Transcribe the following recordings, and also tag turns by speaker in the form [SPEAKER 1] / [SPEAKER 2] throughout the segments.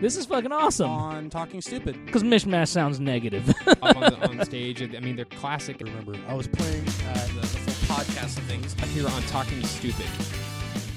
[SPEAKER 1] This is fucking awesome.
[SPEAKER 2] on Talking Stupid.
[SPEAKER 1] Because mishmash sounds negative.
[SPEAKER 3] up on, the, on stage. I mean, they're classic.
[SPEAKER 2] Remember, I was playing uh,
[SPEAKER 3] The, the full podcast of things here on Talking Stupid.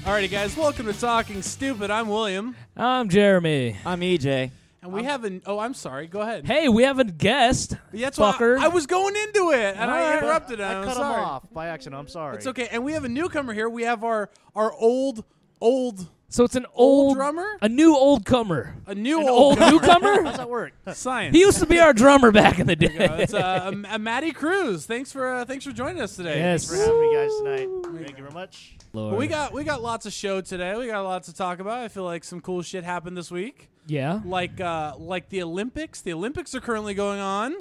[SPEAKER 2] Alrighty, guys, welcome to Talking Stupid. I'm William,
[SPEAKER 1] I'm Jeremy.
[SPEAKER 4] I'm EJ.
[SPEAKER 2] and we have an. Oh, I'm sorry. Go ahead.
[SPEAKER 1] Hey, we have a guest.
[SPEAKER 2] That's
[SPEAKER 1] fucker.
[SPEAKER 2] why I, I was going into it, and I
[SPEAKER 4] Alright.
[SPEAKER 2] interrupted him.
[SPEAKER 4] I
[SPEAKER 2] I'm
[SPEAKER 4] cut
[SPEAKER 2] sorry.
[SPEAKER 4] him off by accident. I'm sorry.
[SPEAKER 2] It's okay. And we have a newcomer here. We have our our old old
[SPEAKER 1] So it's an
[SPEAKER 2] old,
[SPEAKER 1] old,
[SPEAKER 2] drummer,
[SPEAKER 1] a new old comer,
[SPEAKER 2] a new
[SPEAKER 1] an
[SPEAKER 2] old,
[SPEAKER 1] old
[SPEAKER 4] How's
[SPEAKER 1] newcomer.
[SPEAKER 4] that work?
[SPEAKER 2] science.
[SPEAKER 1] he used to be our drummer back in the day.
[SPEAKER 2] it's uh, a, a Maddie Cruz. Thanks for uh, thanks for joining us today.
[SPEAKER 1] Yes.
[SPEAKER 4] For having me guys tonight. Thank you very much.
[SPEAKER 1] Lord.
[SPEAKER 2] Well, we got we got lots of show today. We got lots to talk about. I feel like some cool shit happened this week,
[SPEAKER 1] yeah,
[SPEAKER 2] like uh, like the Olympics. The Olympics are currently going on.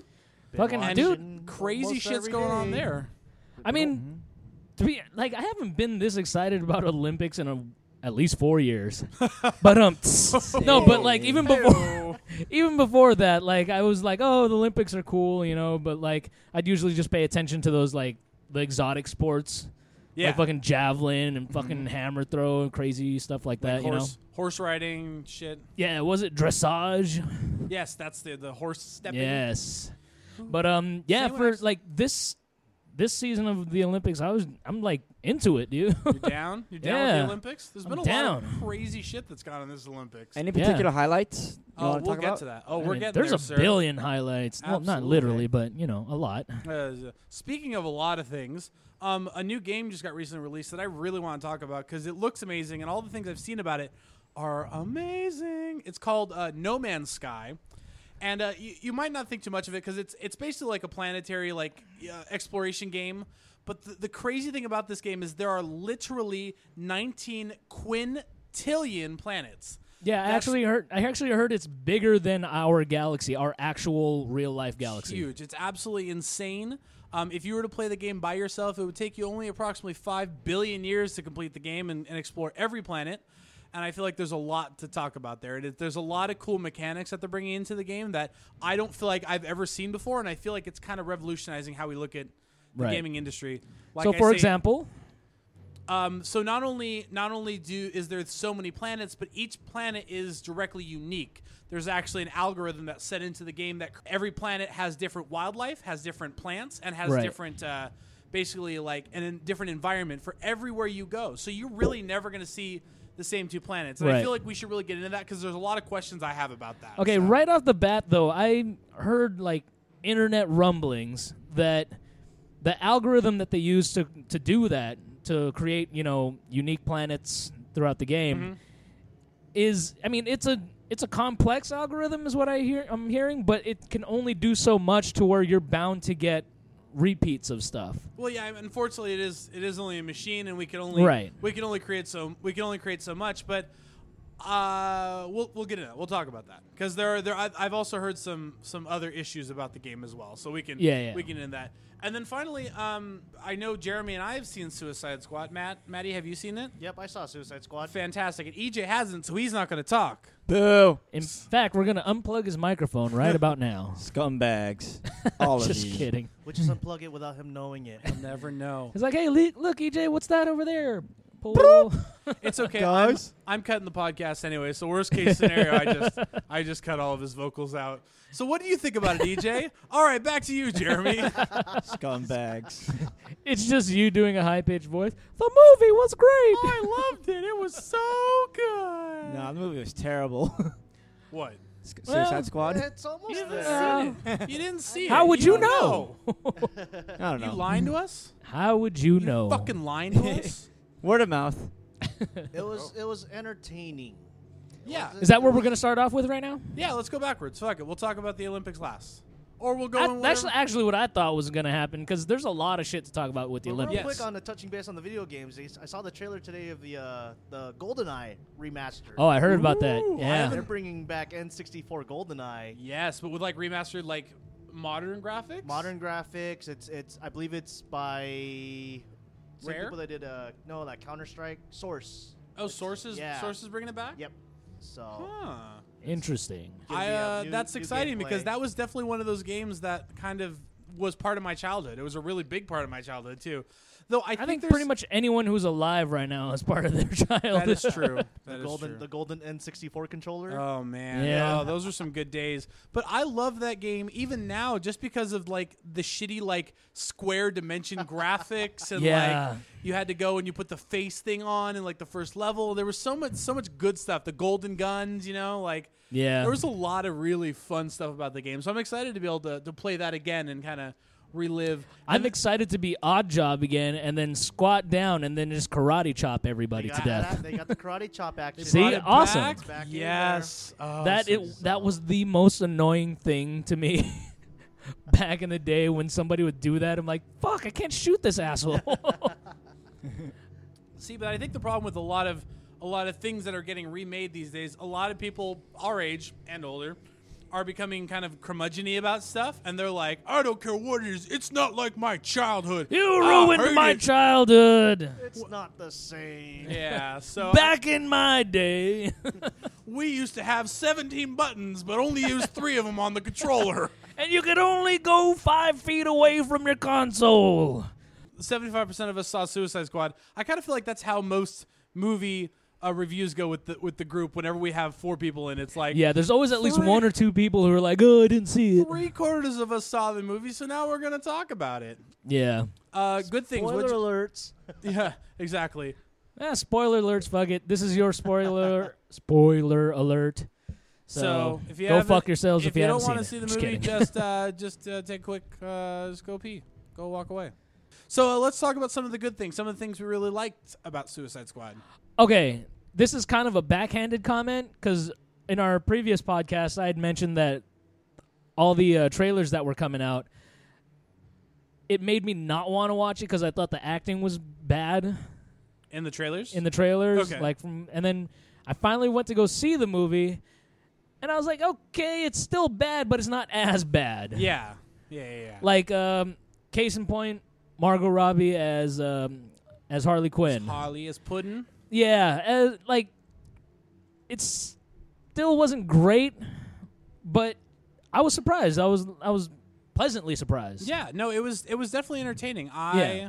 [SPEAKER 1] fucking
[SPEAKER 2] And
[SPEAKER 1] dude.
[SPEAKER 2] crazy
[SPEAKER 4] almost
[SPEAKER 2] shit's
[SPEAKER 4] every
[SPEAKER 2] going on
[SPEAKER 4] day.
[SPEAKER 2] there.
[SPEAKER 1] I
[SPEAKER 2] Mm-hmm.
[SPEAKER 1] mean, to be like, I haven't been this excited about Olympics in a, at least four years. but um, no, but like even before, even before that, like I was like, oh, the Olympics are cool, you know. But like, I'd usually just pay attention to those like the exotic sports,
[SPEAKER 2] Yeah, Mm-hmm.
[SPEAKER 1] like fucking javelin and fucking hammer throw and crazy stuff like that, you know.
[SPEAKER 2] horse horse riding shit.
[SPEAKER 1] Yeah, was it dressage?
[SPEAKER 2] Yes, that's the the horse stepping.
[SPEAKER 1] Yes. But um, yeah,
[SPEAKER 2] Say what
[SPEAKER 1] for
[SPEAKER 2] I've-
[SPEAKER 1] like this this season of the Olympics, I was I'm like into it, dude.
[SPEAKER 2] You're down. You're down with
[SPEAKER 1] Yeah.
[SPEAKER 2] the Olympics. There's been
[SPEAKER 1] I'm
[SPEAKER 2] a lot of
[SPEAKER 1] down.
[SPEAKER 2] crazy shit that's gone in this Olympics.
[SPEAKER 4] Any
[SPEAKER 1] Yeah. particular
[SPEAKER 4] highlights?
[SPEAKER 2] oh, we'll get to that. Oh,
[SPEAKER 1] I
[SPEAKER 2] we're
[SPEAKER 1] mean,
[SPEAKER 2] getting
[SPEAKER 1] there's
[SPEAKER 2] there,
[SPEAKER 1] a
[SPEAKER 2] sir.
[SPEAKER 1] billion highlights. Well, not
[SPEAKER 2] Absolutely.
[SPEAKER 1] literally, but you know, a lot.
[SPEAKER 2] Uh, speaking of a lot of things, um, a new game just got recently released that I really want to talk about because it looks amazing, and all the things I've seen about it are amazing. It's called uh, No Man's Sky, and uh, you, you might not think too much of it because it's it's basically like a planetary like uh, exploration game. But the, the crazy thing about this game is there are literally 19 quintillion planets.
[SPEAKER 1] Yeah, I
[SPEAKER 2] That's-
[SPEAKER 1] actually heard. I actually heard it's bigger than our galaxy, our actual real life galaxy.
[SPEAKER 2] Huge. It's absolutely insane. Um, if you were to play the game by yourself, it would take you only approximately 5 billion years to complete the game and, and explore every planet. And I feel like there's a lot to talk about there. It is- there's a lot of cool mechanics that they're bringing into the game that I don't feel like I've ever seen before. And I feel like it's kind of revolutionizing how we look at the
[SPEAKER 1] Right.
[SPEAKER 2] gaming industry. Like
[SPEAKER 1] so,
[SPEAKER 2] I
[SPEAKER 1] for
[SPEAKER 2] say,
[SPEAKER 1] example,
[SPEAKER 2] um, so not only not only do is there so many planets, but each planet is directly unique. There's actually an algorithm that's set into the game that every planet has different wildlife, has different plants, and has
[SPEAKER 1] Right.
[SPEAKER 2] different uh, basically like an, a different environment for everywhere you go. So you're really never going to see the same two planets. And I
[SPEAKER 1] Right.
[SPEAKER 2] feel like we should really get into that because there's a lot of questions I have about that.
[SPEAKER 1] Okay,
[SPEAKER 2] So-
[SPEAKER 1] right off the bat though, I heard like internet rumblings that the algorithm that they use to to do that to create, you know, unique planets throughout the game is I mean, it's a it's a complex algorithm is what I hear I'm hearing, but it can only do so much to where you're bound to get repeats of stuff.
[SPEAKER 2] Well, yeah. I mean, Unfortunately, it is it is only a machine, and we can only
[SPEAKER 1] Right.
[SPEAKER 2] we can only create so we can only create so much. But uh, we'll we'll get into that. We'll talk about that because there are there. I've, I've also heard some some other issues about the game as well, so we can
[SPEAKER 1] Yeah, yeah.
[SPEAKER 2] we can end that. And then finally, um, I know Jeremy and I have seen Suicide Squad. Matt, Maddie, have you seen it?
[SPEAKER 4] Yep, I saw Suicide Squad.
[SPEAKER 2] Fantastic. And EJ hasn't, so he's not going to talk.
[SPEAKER 5] Boo!
[SPEAKER 1] In fact, we're going to unplug his microphone right about now.
[SPEAKER 5] Scumbags. All of
[SPEAKER 1] Just
[SPEAKER 5] you.
[SPEAKER 1] kidding.
[SPEAKER 4] We'll just unplug it without him knowing it.
[SPEAKER 2] Never know.
[SPEAKER 1] He's like, "Hey, Le- look, EJ, what's that over there?" Pull.
[SPEAKER 2] It's okay.
[SPEAKER 5] Guys?
[SPEAKER 2] I'm, I'm cutting the podcast anyway, so worst case scenario, I just I just cut all of his vocals out. So what do you think about it, EJ? all right, back to you, Jeremy.
[SPEAKER 5] Scumbags.
[SPEAKER 1] It's just you doing a high pitched voice. The movie was great.
[SPEAKER 2] Oh, I loved it. It was so good.
[SPEAKER 5] no, the movie was terrible.
[SPEAKER 2] What?
[SPEAKER 5] Sc-
[SPEAKER 1] Well,
[SPEAKER 5] Suicide Squad.
[SPEAKER 4] it's almost
[SPEAKER 2] You haven't
[SPEAKER 4] there.
[SPEAKER 2] seen it. You didn't see it.
[SPEAKER 1] How would you
[SPEAKER 2] don't
[SPEAKER 1] know?
[SPEAKER 5] I don't
[SPEAKER 2] know. You
[SPEAKER 5] know.
[SPEAKER 2] lying to us?
[SPEAKER 1] How would you
[SPEAKER 2] You
[SPEAKER 1] know?
[SPEAKER 2] fucking lying to us?
[SPEAKER 5] Word of mouth.
[SPEAKER 4] It was it was entertaining.
[SPEAKER 2] yeah.
[SPEAKER 1] Is that where we're gonna start off with right now?
[SPEAKER 2] Yeah, let's go backwards. Fuck it. We'll talk about the Olympics last. Or we'll go
[SPEAKER 1] I-
[SPEAKER 2] in whatever-
[SPEAKER 1] that's actually what I thought was gonna happen because there's a lot of shit to talk about with the
[SPEAKER 4] But
[SPEAKER 1] Olympics.
[SPEAKER 4] real
[SPEAKER 2] Yes.
[SPEAKER 4] quick on the touching base on the video games, I s- I saw the trailer today of the uh, the GoldenEye remaster.
[SPEAKER 1] Oh, I heard about that.
[SPEAKER 2] Ooh, I
[SPEAKER 1] Yeah,
[SPEAKER 4] They're bringing back N64 GoldenEye,
[SPEAKER 2] Yes, but with like remastered like modern graphics?
[SPEAKER 4] modern graphics. It's it's I believe it's by some
[SPEAKER 2] Rare?
[SPEAKER 4] people that did uh no like Counter Strike Source.
[SPEAKER 2] Oh, sources
[SPEAKER 4] Yeah.
[SPEAKER 2] sources bringing it back?
[SPEAKER 4] Yep. So
[SPEAKER 2] Huh.
[SPEAKER 1] interesting.
[SPEAKER 4] gonna
[SPEAKER 2] I,
[SPEAKER 4] be, uh,
[SPEAKER 2] uh,
[SPEAKER 4] new-
[SPEAKER 2] that's
[SPEAKER 4] new
[SPEAKER 2] exciting because
[SPEAKER 4] gameplay.
[SPEAKER 2] that was definitely one of those games that kind of was part of my childhood. It was a really big part of my childhood too. Though I,
[SPEAKER 1] I think
[SPEAKER 2] there's-
[SPEAKER 1] pretty much anyone who's alive right now is part of their child.
[SPEAKER 2] that is true. That
[SPEAKER 4] the
[SPEAKER 2] is
[SPEAKER 4] golden
[SPEAKER 2] true.
[SPEAKER 4] the golden N64 controller.
[SPEAKER 2] Oh man,
[SPEAKER 1] Yeah.
[SPEAKER 2] Oh, those are some good days. But I love that game even now, just because of like the shitty like square dimension graphics and
[SPEAKER 1] Yeah.
[SPEAKER 2] like you had to go and you put the face thing on and like the first level. There was so much so much good stuff. The golden guns, you know, like
[SPEAKER 1] Yeah.
[SPEAKER 2] there was a lot of really fun stuff about the game. So I'm excited to be able to to play that again and kind of relive.
[SPEAKER 1] I'm
[SPEAKER 2] And-
[SPEAKER 1] excited to be odd job again and then squat down and then just karate chop everybody
[SPEAKER 4] they,
[SPEAKER 1] to
[SPEAKER 4] got
[SPEAKER 1] death.
[SPEAKER 4] that- they got the karate chop action.
[SPEAKER 1] See?
[SPEAKER 2] Brought it
[SPEAKER 1] Awesome.
[SPEAKER 2] back.
[SPEAKER 4] Back in
[SPEAKER 2] yes.
[SPEAKER 5] uh,
[SPEAKER 2] Oh,
[SPEAKER 1] That
[SPEAKER 2] so-
[SPEAKER 1] it that was the most annoying thing to me back in the day when somebody would do that. I'm like, fuck, I can't shoot this asshole.
[SPEAKER 2] See, but I think the problem with a lot of a lot of things that are getting remade these days, a lot of people our age and older are becoming kind of curmudgeony about stuff, and they're like, "I don't care what it is. It's not like my childhood.
[SPEAKER 1] you
[SPEAKER 2] I
[SPEAKER 1] ruined
[SPEAKER 2] hate
[SPEAKER 1] my
[SPEAKER 2] it."
[SPEAKER 1] childhood.
[SPEAKER 4] It's not the same.
[SPEAKER 2] Yeah. So
[SPEAKER 1] Back in my day.
[SPEAKER 2] we used to have 17 buttons, but only use three of them on the controller.
[SPEAKER 1] and you could only go five feet away from your console.
[SPEAKER 2] 75% of us saw Suicide Squad. I kind of feel like that's how most movie uh, reviews go with the with the group. Whenever we have four people in, it's like
[SPEAKER 1] Yeah, there's always at least
[SPEAKER 2] Three-
[SPEAKER 1] one or two people who are like, "Oh, I didn't see it."
[SPEAKER 2] three quarters of us saw the movie, so now we're gonna talk about it.
[SPEAKER 1] Yeah.
[SPEAKER 2] Uh, good things.
[SPEAKER 4] Spoiler
[SPEAKER 2] What's-
[SPEAKER 4] alerts.
[SPEAKER 2] yeah, exactly.
[SPEAKER 1] Eh, spoiler alerts, fuck it. This is your spoiler spoiler alert. So,
[SPEAKER 2] So, if you
[SPEAKER 1] go
[SPEAKER 2] haven't-
[SPEAKER 1] fuck yourselves
[SPEAKER 2] if
[SPEAKER 1] if, you,
[SPEAKER 2] don't
[SPEAKER 1] haven't
[SPEAKER 2] wanna see
[SPEAKER 1] seen
[SPEAKER 2] the
[SPEAKER 1] it.
[SPEAKER 2] movie,
[SPEAKER 1] Just kidding.
[SPEAKER 2] just uh, just uh, take a quick, uh, just go pee, go walk away. So uh, let's talk about some of the good things, some of the things we really liked about Suicide Squad.
[SPEAKER 1] okay, this is kind of a backhanded comment because in our previous podcast, I had mentioned that all the uh, trailers that were coming out, it made me not want to watch it because I thought the acting was bad.
[SPEAKER 2] In the trailers,
[SPEAKER 1] in the trailers,
[SPEAKER 2] Okay.
[SPEAKER 1] like from, and then I finally went to go see the movie, and I was like, okay, it's still bad, but it's not as bad.
[SPEAKER 2] yeah, yeah, yeah. yeah.
[SPEAKER 1] Like, um, case in point, Margot Robbie as um, as Harley Quinn.
[SPEAKER 2] Harley is pudding.
[SPEAKER 1] yeah, as, like it's still wasn't great, but I was surprised. I was I was pleasantly surprised.
[SPEAKER 2] Yeah, no, it was it was definitely entertaining. I
[SPEAKER 1] Yeah.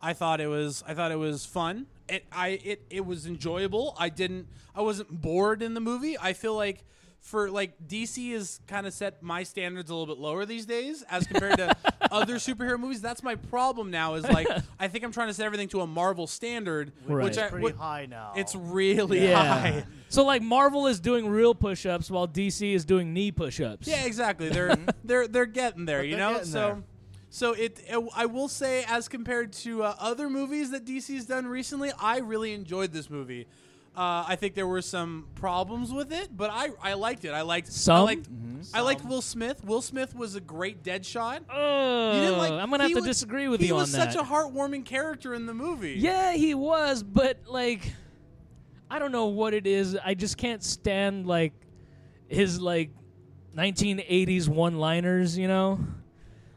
[SPEAKER 2] I thought it was I thought it was fun. It I it it was enjoyable. I didn't I wasn't bored in the movie. I feel like for like DC is kind of set my standards a little bit lower these days as compared to other superhero movies. That's my problem now is like I think I'm trying to set everything to a Marvel standard, which
[SPEAKER 1] Right.
[SPEAKER 2] I,
[SPEAKER 4] Pretty
[SPEAKER 2] what-
[SPEAKER 4] high now.
[SPEAKER 2] it's really
[SPEAKER 1] Yeah.
[SPEAKER 2] high.
[SPEAKER 1] so like Marvel is doing real push-ups while DC is doing knee push-ups.
[SPEAKER 2] Yeah, exactly. They're they're they're getting there, you
[SPEAKER 4] Mm-hmm. they're
[SPEAKER 2] know.
[SPEAKER 4] getting
[SPEAKER 2] So
[SPEAKER 4] there.
[SPEAKER 2] so it, it- I will say as compared to uh, other movies that DC's done recently, I really enjoyed this movie. Uh, I think there were some problems with it, but I, I liked it. I liked I
[SPEAKER 1] Some? Mm-hmm.
[SPEAKER 2] liked, I liked Will Smith. Will Smith was a great Deadshot.
[SPEAKER 1] Oh,
[SPEAKER 2] You didn't like?
[SPEAKER 1] I'm gonna have
[SPEAKER 2] he
[SPEAKER 1] to
[SPEAKER 2] was-
[SPEAKER 1] disagree with
[SPEAKER 2] he
[SPEAKER 1] you on
[SPEAKER 2] was
[SPEAKER 1] that.
[SPEAKER 2] such a heartwarming character in the movie.
[SPEAKER 1] yeah, he was, but like, I don't know what it is. I just can't stand like his like 1980s one-liners. You know,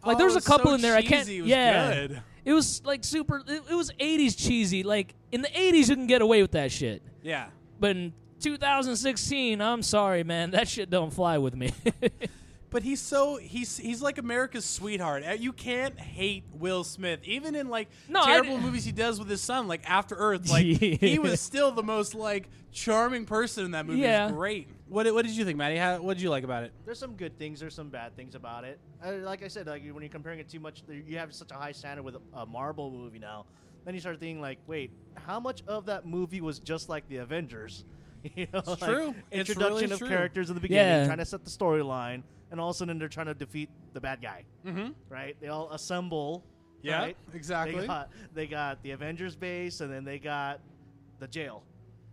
[SPEAKER 1] like there's
[SPEAKER 2] Oh,
[SPEAKER 1] a couple
[SPEAKER 2] so
[SPEAKER 1] in there I can't.
[SPEAKER 2] cheesy. It was
[SPEAKER 1] yeah,
[SPEAKER 2] good.
[SPEAKER 1] it was like super. It, it was 80s cheesy. Like in the 80s, you can get away with that shit,
[SPEAKER 2] Yeah.
[SPEAKER 1] but in 2016, I'm sorry, man, that shit don't fly with me.
[SPEAKER 2] But he's so he's he's like America's sweetheart. Uh, You can't hate Will Smith, even in like
[SPEAKER 1] No, I
[SPEAKER 2] terrible
[SPEAKER 1] d-
[SPEAKER 2] movies he does with his son, like After Earth. Like he was still the most like charming person in that movie. It was
[SPEAKER 1] Yeah.
[SPEAKER 2] great. What did- what did you think, Maddie? How, what did you like about it?
[SPEAKER 4] there's some good things. There's some bad things about it. Uh, like I said, like when you're comparing it too much, there- you have such a high standard with a, a Marvel movie now. Then you start thinking like, wait, how much of that movie was just like the Avengers? You know, like,
[SPEAKER 2] true. It's
[SPEAKER 4] Introduction
[SPEAKER 2] really
[SPEAKER 4] of
[SPEAKER 2] true.
[SPEAKER 4] characters in the beginning,
[SPEAKER 1] Yeah.
[SPEAKER 4] trying to set the storyline, and all of a sudden they're trying to defeat the bad guy. Mm-hmm. Right? They all assemble.
[SPEAKER 2] Yeah,
[SPEAKER 4] right? They
[SPEAKER 2] exactly.
[SPEAKER 4] got, they got the Avengers base, and then they got the jail.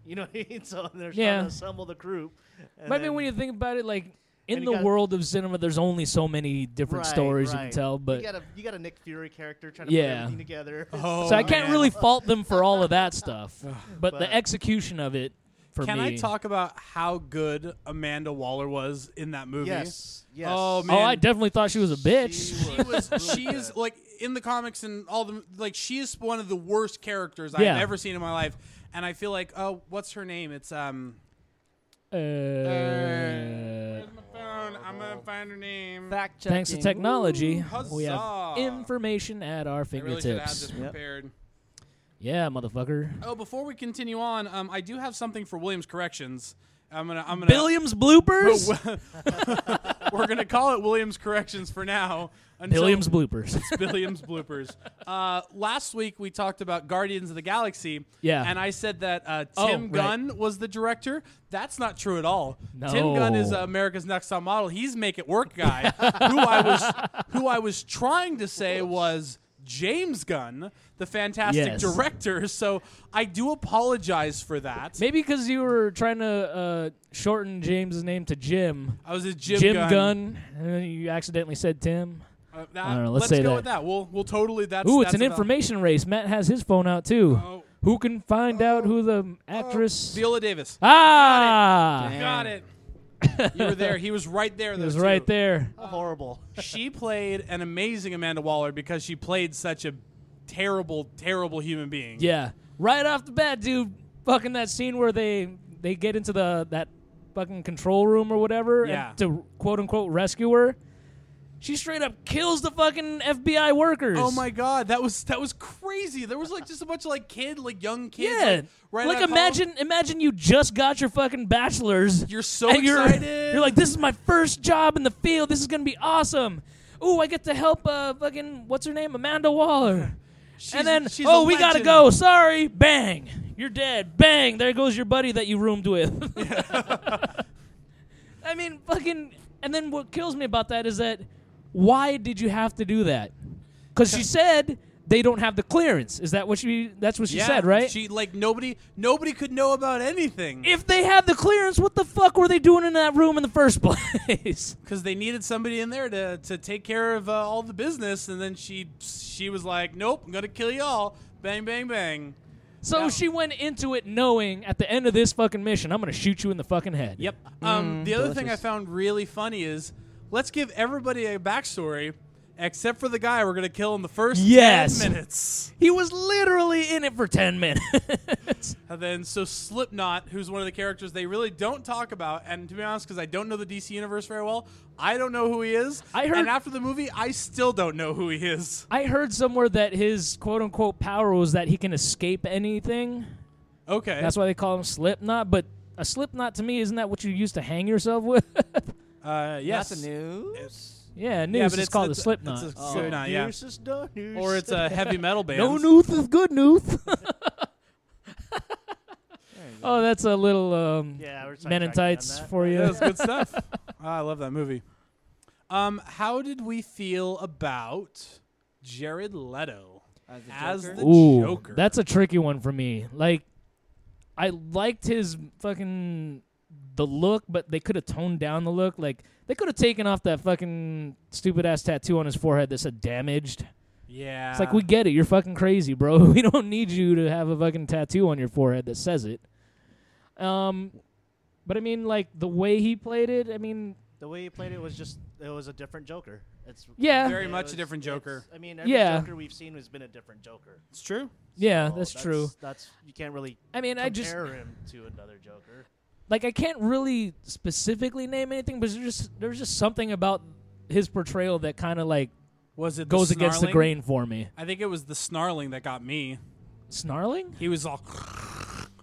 [SPEAKER 4] You know what I mean? So they're
[SPEAKER 1] Yeah.
[SPEAKER 4] trying to assemble the group.
[SPEAKER 1] But I
[SPEAKER 4] and
[SPEAKER 1] mean,
[SPEAKER 4] then-
[SPEAKER 1] when you think about it, like in
[SPEAKER 4] and
[SPEAKER 1] the
[SPEAKER 4] you gotta-
[SPEAKER 1] world of cinema, there's only so many different
[SPEAKER 4] Right,
[SPEAKER 1] stories you
[SPEAKER 4] right.
[SPEAKER 1] can tell. But
[SPEAKER 4] you got a you got a Nick Fury character trying to
[SPEAKER 1] Yeah.
[SPEAKER 4] put everything together.
[SPEAKER 2] Oh,
[SPEAKER 1] so I can't
[SPEAKER 2] man.
[SPEAKER 1] really fault them for all of that stuff. but,
[SPEAKER 4] But-
[SPEAKER 1] the execution of it, for
[SPEAKER 2] Can
[SPEAKER 1] me,
[SPEAKER 2] I talk about how good Amanda Waller was in that movie?
[SPEAKER 4] yes, yes.
[SPEAKER 2] Oh, man.
[SPEAKER 1] Oh, I definitely thought she was a bitch.
[SPEAKER 4] She was.
[SPEAKER 2] she is like in the comics and all the like she is one of the worst characters
[SPEAKER 1] Yeah.
[SPEAKER 2] I've ever seen in my life. And I feel like, oh, what's her name? It's um
[SPEAKER 1] Uh,
[SPEAKER 2] Where's my phone? I'm gonna find her name.
[SPEAKER 5] Fact check.
[SPEAKER 1] thanks to technology,
[SPEAKER 2] Huzzah.
[SPEAKER 1] we have information at our
[SPEAKER 2] I really should have had
[SPEAKER 1] fingertips.
[SPEAKER 2] this prepared.
[SPEAKER 1] yeah, motherfucker.
[SPEAKER 2] Oh, before we continue on, um, I do have something for Williams Corrections. I'm gonna, I'm gonna.
[SPEAKER 1] Billiams
[SPEAKER 2] Oh,
[SPEAKER 1] bloopers.
[SPEAKER 2] We're gonna call it Williams Corrections for now. Until
[SPEAKER 1] Billiams bloopers.
[SPEAKER 2] Billiams bloopers. Uh, last week we talked about Guardians of the Galaxy.
[SPEAKER 1] Yeah.
[SPEAKER 2] And I said that uh, Tim
[SPEAKER 1] Oh, right.
[SPEAKER 2] Gunn was the director. That's not true at all. Tim Gunn is uh,
[SPEAKER 1] No.
[SPEAKER 2] America's Next Top Model. He's Make It Work guy, who I was who I was trying to say was James Gunn, the fantastic
[SPEAKER 1] Yes.
[SPEAKER 2] director. So I do apologize for that.
[SPEAKER 1] Maybe because you were trying to uh, shorten James's name to Jim.
[SPEAKER 2] I was a Jim,
[SPEAKER 1] Gunn. and then you accidentally said Tim.
[SPEAKER 2] Uh, that-
[SPEAKER 1] I don't know, let's
[SPEAKER 2] let's
[SPEAKER 1] say
[SPEAKER 2] go
[SPEAKER 1] that.
[SPEAKER 2] with that. We'll we'll totally that's
[SPEAKER 1] Ooh,
[SPEAKER 2] that's
[SPEAKER 1] it's an
[SPEAKER 2] about-
[SPEAKER 1] information race. Matt has his phone out too.
[SPEAKER 2] Oh.
[SPEAKER 1] Who can find out who the actress?
[SPEAKER 2] Viola Davis.
[SPEAKER 1] ah,
[SPEAKER 5] Damn.
[SPEAKER 2] Got it. You were there. He was right there.
[SPEAKER 1] it was right there.
[SPEAKER 4] Oh, horrible.
[SPEAKER 2] She played an amazing Amanda Waller because she played such a terrible, terrible human being.
[SPEAKER 1] Yeah, right off the bat, dude. Fucking that scene where they they get into the that fucking control room or whatever,
[SPEAKER 2] Yeah.
[SPEAKER 1] and to quote unquote rescue her. She straight up kills the fucking FBI workers.
[SPEAKER 2] Oh my god, that was that was crazy. There was like just a bunch of like kid, like young kids.
[SPEAKER 1] Yeah,
[SPEAKER 2] Like, right
[SPEAKER 1] like
[SPEAKER 2] out of
[SPEAKER 1] imagine, imagine you just got your fucking bachelor's.
[SPEAKER 2] You're so
[SPEAKER 1] and you're,
[SPEAKER 2] excited.
[SPEAKER 1] You're like, this is my first job in the field. This is gonna be awesome. Ooh, I get to help uh fucking what's her name, Amanda Waller.
[SPEAKER 2] She's-
[SPEAKER 1] and then
[SPEAKER 2] she's
[SPEAKER 1] oh,
[SPEAKER 2] a
[SPEAKER 1] we gotta
[SPEAKER 2] legend.
[SPEAKER 1] go. Sorry, bang, you're dead. Bang, there goes your buddy that you roomed with. I mean, fucking. And then what kills me about that is that why did you have to do that? Because she said they don't have the clearance. Is that what she? That's what she
[SPEAKER 2] Yeah,
[SPEAKER 1] said, right?
[SPEAKER 2] She like nobody, nobody could know about anything
[SPEAKER 1] if they had the clearance, what the fuck were they doing in that room in the first place?
[SPEAKER 2] because they needed somebody in there to to take care of uh, all the business. And then she she was like, "Nope, I'm gonna kill y'all." Bang, bang, bang.
[SPEAKER 1] so
[SPEAKER 2] Yeah.
[SPEAKER 1] she went into it knowing at the end of this fucking mission, I'm gonna shoot you in the fucking head.
[SPEAKER 2] Yep. Um, the other thing I
[SPEAKER 5] delicious.
[SPEAKER 2] found really funny is let's give everybody a backstory, except for the guy we're gonna kill in the first
[SPEAKER 1] Yes.
[SPEAKER 2] ten minutes.
[SPEAKER 1] He was literally in it for ten minutes.
[SPEAKER 2] And then so Slipknot, who's one of the characters they really don't talk about, and to be honest, because I don't know the DC universe very well, I don't know who he is.
[SPEAKER 1] I heard-
[SPEAKER 2] and after the movie, I still don't know who he is.
[SPEAKER 1] I heard somewhere that his quote unquote power was that he can escape anything.
[SPEAKER 2] Okay.
[SPEAKER 1] That's why they call him Slipknot. But a Slipknot to me isn't that what you used to hang yourself with?
[SPEAKER 2] uh, yes.
[SPEAKER 5] That's the news.
[SPEAKER 1] yeah, noose
[SPEAKER 2] Yeah,
[SPEAKER 1] is
[SPEAKER 2] but it's
[SPEAKER 1] called
[SPEAKER 2] it's
[SPEAKER 1] a Slipknot.
[SPEAKER 2] It's a
[SPEAKER 5] Oh.
[SPEAKER 2] Slipknot, yeah.
[SPEAKER 4] Noose is done, noose
[SPEAKER 2] Or
[SPEAKER 1] uh,
[SPEAKER 2] it's a heavy metal band.
[SPEAKER 1] no nooth is good nooth. oh, that's a little um,
[SPEAKER 4] Yeah, we're
[SPEAKER 1] men and tights for you.
[SPEAKER 2] Yeah, that's good stuff. Ah, I love that movie. Um, how did we feel about Jared Leto?
[SPEAKER 5] As the
[SPEAKER 2] As
[SPEAKER 5] Joker?
[SPEAKER 2] the-
[SPEAKER 1] Ooh,
[SPEAKER 2] Joker.
[SPEAKER 1] That's a tricky one for me. Like, I liked his fucking the look, but they could have toned down the look. Like, they could have taken off that fucking stupid ass tattoo on his forehead that said "damaged."
[SPEAKER 2] Yeah,
[SPEAKER 1] It's like we get it. You're fucking crazy, bro. We don't need you to have a fucking tattoo on your forehead that says it. Um, but I mean, like the way he played it. I mean,
[SPEAKER 4] The way he played it was just it was a different Joker. It's
[SPEAKER 1] Yeah.
[SPEAKER 2] Very
[SPEAKER 4] it
[SPEAKER 2] much a
[SPEAKER 4] was-
[SPEAKER 2] different
[SPEAKER 4] it's-
[SPEAKER 2] Joker.
[SPEAKER 4] I mean, every
[SPEAKER 1] Yeah.
[SPEAKER 4] Joker we've seen has been a different Joker.
[SPEAKER 2] it's true.
[SPEAKER 1] yeah,
[SPEAKER 4] So
[SPEAKER 1] that's, true.
[SPEAKER 4] That's you can't really
[SPEAKER 1] I mean,
[SPEAKER 4] compare
[SPEAKER 1] I just
[SPEAKER 4] him to another Joker.
[SPEAKER 1] like I can't really specifically name anything, but there's just there's just something about his portrayal that kind of like
[SPEAKER 2] Was it the
[SPEAKER 1] goes against the
[SPEAKER 2] snarling?
[SPEAKER 1] grain for me.
[SPEAKER 2] I think it was the snarling that got me.
[SPEAKER 1] Snarling?
[SPEAKER 2] He was all.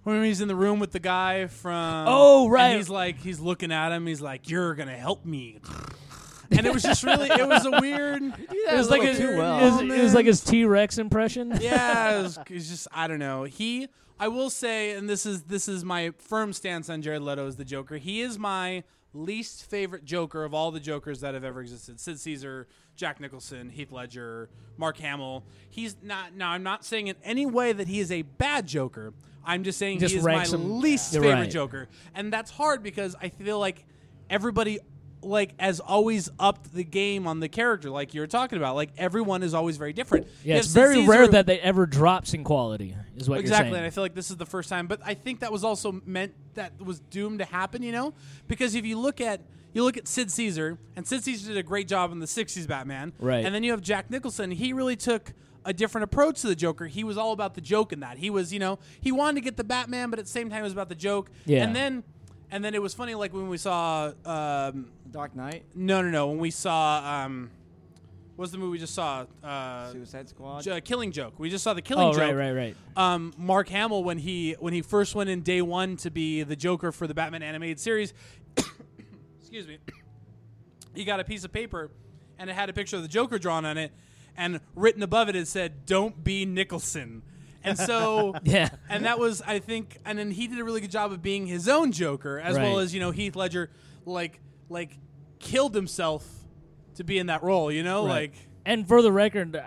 [SPEAKER 2] When he's in the room with the guy from.
[SPEAKER 1] Oh,
[SPEAKER 2] and
[SPEAKER 1] right.
[SPEAKER 2] he's like, he's looking at him. He's like, "You're gonna help me," and it was just really, it was a weird.
[SPEAKER 1] it was like
[SPEAKER 5] little
[SPEAKER 1] his,
[SPEAKER 5] too well.
[SPEAKER 1] it was- it was like his T Rex impression.
[SPEAKER 2] yeah, it was, it was just I don't know. He, I will say, and this is this is my firm stance on Jared Leto as the Joker. He is my least favorite Joker of all the Jokers that have ever existed. Sid Caesar, Jack Nicholson, Heath Ledger, Mark Hamill. He's not. Now I'm not saying in any way that he is a bad Joker. I'm just saying
[SPEAKER 1] Just
[SPEAKER 2] he is my
[SPEAKER 1] ranks him-
[SPEAKER 2] least
[SPEAKER 1] You're
[SPEAKER 2] favorite
[SPEAKER 1] right.
[SPEAKER 2] Joker, and that's hard because I feel like everybody. Like as always, upped the game on the character, like you were talking about. Like everyone is always very different.
[SPEAKER 1] Yeah,
[SPEAKER 2] You
[SPEAKER 1] it's
[SPEAKER 2] have Sid
[SPEAKER 1] very
[SPEAKER 2] Caesar,
[SPEAKER 1] rare that they ever drops in quality. Is what
[SPEAKER 2] exactly
[SPEAKER 1] you're
[SPEAKER 2] and i
[SPEAKER 1] saying.
[SPEAKER 2] feel like this is the first time but i think that was also meant that was doomed to happen you know because if you look at you look at sid caesar and sid caesar did a great job in the 60s batman
[SPEAKER 1] Right.
[SPEAKER 2] and then you have jack nicholson he really took a different approach to the joker he was all about the joke in that he was you know he wanted to get the batman but at the same time it was about the joke
[SPEAKER 1] Yeah.
[SPEAKER 2] and then and then it was funny like when we saw um
[SPEAKER 5] Dark Knight.
[SPEAKER 2] no no no when we saw um What's the movie we just saw? Uh,
[SPEAKER 5] Suicide Squad.
[SPEAKER 2] J- uh, Killing Joke. We just saw the Killing
[SPEAKER 1] Oh,
[SPEAKER 2] Joke.
[SPEAKER 1] right, right, right.
[SPEAKER 2] um, Mark Hamill when he when he first went in day one to be the Joker for the Batman animated series. excuse me. He got a piece of paper, and it had a picture of the Joker drawn on it, and written above it it said, "Don't be Nicholson." And so,
[SPEAKER 1] Yeah.
[SPEAKER 2] and that was I think, and then he did a really good job of being his own Joker as well
[SPEAKER 1] Right.
[SPEAKER 2] as you know Heath Ledger, like like killed himself to be in that role. You know,
[SPEAKER 1] Right.
[SPEAKER 2] like
[SPEAKER 1] And for the record,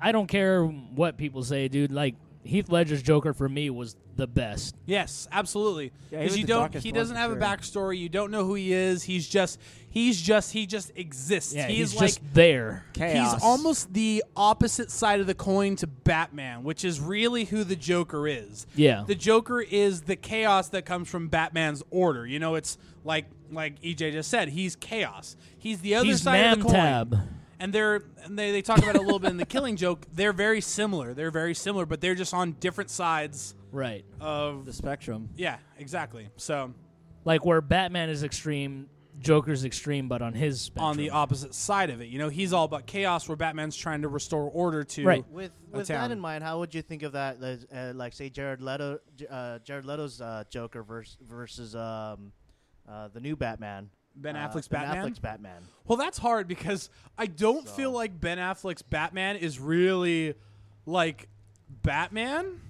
[SPEAKER 1] I don't care what people say, dude. Like Heath Ledger's Joker for me was the best.
[SPEAKER 2] Yes, absolutely.
[SPEAKER 5] Yeah, he
[SPEAKER 2] Because
[SPEAKER 5] was
[SPEAKER 2] you
[SPEAKER 5] the
[SPEAKER 2] don't
[SPEAKER 5] darkest
[SPEAKER 2] he
[SPEAKER 5] one
[SPEAKER 2] doesn't
[SPEAKER 5] for
[SPEAKER 2] have a
[SPEAKER 5] sure.
[SPEAKER 2] backstory. You don't know who he is. He's just he's just he just exists.
[SPEAKER 1] Yeah,
[SPEAKER 2] he
[SPEAKER 1] he's
[SPEAKER 2] is like
[SPEAKER 1] just there.
[SPEAKER 5] Chaos.
[SPEAKER 2] he's almost the opposite side of the coin to Batman, which is really who the Joker is.
[SPEAKER 1] Yeah.
[SPEAKER 2] The Joker is the chaos that comes from Batman's order. You know, it's like like EJ just said, he's chaos. He's the other
[SPEAKER 1] He's
[SPEAKER 2] side of the coin. Uh,
[SPEAKER 1] Namtab.
[SPEAKER 2] And they're and they, they talk about it a little bit in the killing joke. They're very similar. They're very similar, but they're just on different sides
[SPEAKER 1] Right.
[SPEAKER 2] of
[SPEAKER 5] the spectrum.
[SPEAKER 2] yeah, exactly. So
[SPEAKER 1] Like where Batman is extreme, Joker's extreme, but on his spectrum.
[SPEAKER 2] on the opposite side of it, you know, he's all about chaos, where Batman's trying to restore order to.
[SPEAKER 1] Right.
[SPEAKER 4] With
[SPEAKER 2] a
[SPEAKER 4] with
[SPEAKER 2] town.
[SPEAKER 4] that in mind, how would you think of that? as, Uh, like, say Jared Leto, J- uh, Jared Leto's uh, Joker versus versus um, uh, the new Batman,
[SPEAKER 2] Ben
[SPEAKER 4] Uh,
[SPEAKER 2] Affleck's
[SPEAKER 4] ben
[SPEAKER 2] Batman?
[SPEAKER 4] Affleck's Batman.
[SPEAKER 2] Well, that's hard because I don't feel
[SPEAKER 4] So-
[SPEAKER 2] like Ben Affleck's Batman is really like Batman.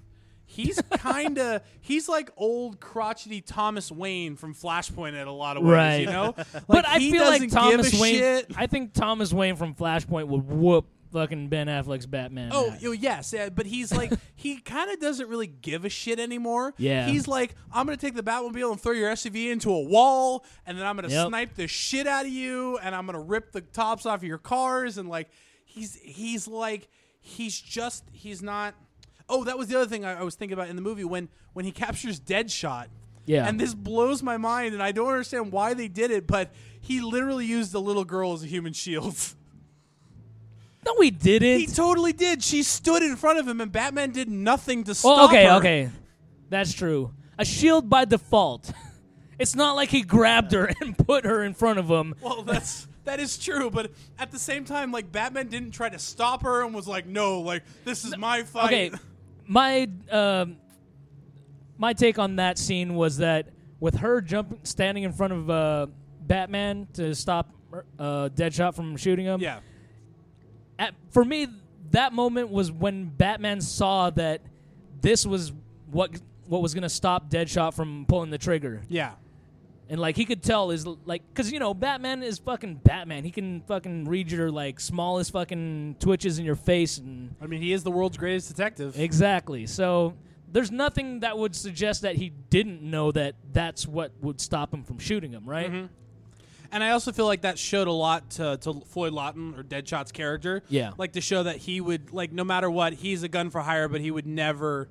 [SPEAKER 2] He's kind of he's like old crotchety Thomas Wayne from Flashpoint in a lot of ways,
[SPEAKER 1] Right.
[SPEAKER 2] you know. Like,
[SPEAKER 1] but I
[SPEAKER 2] he
[SPEAKER 1] feel like
[SPEAKER 2] doesn't
[SPEAKER 1] Thomas
[SPEAKER 2] give a
[SPEAKER 1] Wayne.
[SPEAKER 2] Shit.
[SPEAKER 1] I think Thomas Wayne from Flashpoint would whoop fucking Ben Affleck's Batman.
[SPEAKER 2] Oh,
[SPEAKER 1] ass.
[SPEAKER 2] yo, yes, yeah, but he's like he kind of doesn't really give a shit anymore.
[SPEAKER 1] Yeah.
[SPEAKER 2] he's like I'm gonna take the Batmobile and throw your SUV into a wall, and then I'm gonna
[SPEAKER 1] Yep.
[SPEAKER 2] snipe the shit out of you, and I'm gonna rip the tops off of your cars, and like he's he's like he's just he's not. Oh, that was the other thing I, I was thinking about in the movie when when he captures Deadshot.
[SPEAKER 1] Yeah.
[SPEAKER 2] and this blows my mind, and I don't understand why they did it, but he literally used the little girl as a human shield.
[SPEAKER 1] no, he didn't.
[SPEAKER 2] He totally did. She stood in front of him, and Batman did nothing to stop
[SPEAKER 1] Oh, okay,
[SPEAKER 2] her.
[SPEAKER 1] okay, that's true. A shield by default. It's not like he grabbed her and put her in front of him.
[SPEAKER 2] Well, that's that is true, but at the same time, like Batman didn't try to stop her and was like, "No, like this is my fight."
[SPEAKER 1] Okay, my um, my take on that scene was that with her jumping, standing in front of uh, Batman to stop uh, Deadshot from shooting him.
[SPEAKER 2] Yeah.
[SPEAKER 1] at, for me, that moment was when Batman saw that this was what what was going to stop Deadshot from pulling the trigger,
[SPEAKER 2] Yeah.
[SPEAKER 1] and like he could tell is like because you know Batman is fucking Batman. He can fucking read your like smallest fucking twitches in your face, and
[SPEAKER 2] I mean, he is the world's greatest detective.
[SPEAKER 1] exactly. So there's nothing that would suggest that he didn't know that that's what would stop him from shooting him, right?
[SPEAKER 2] Mm-hmm. And I also feel like that showed a lot to, to Floyd Lawton or Deadshot's character.
[SPEAKER 1] Yeah.
[SPEAKER 2] Like to show that he would like no matter what, he's a gun for hire, but he would never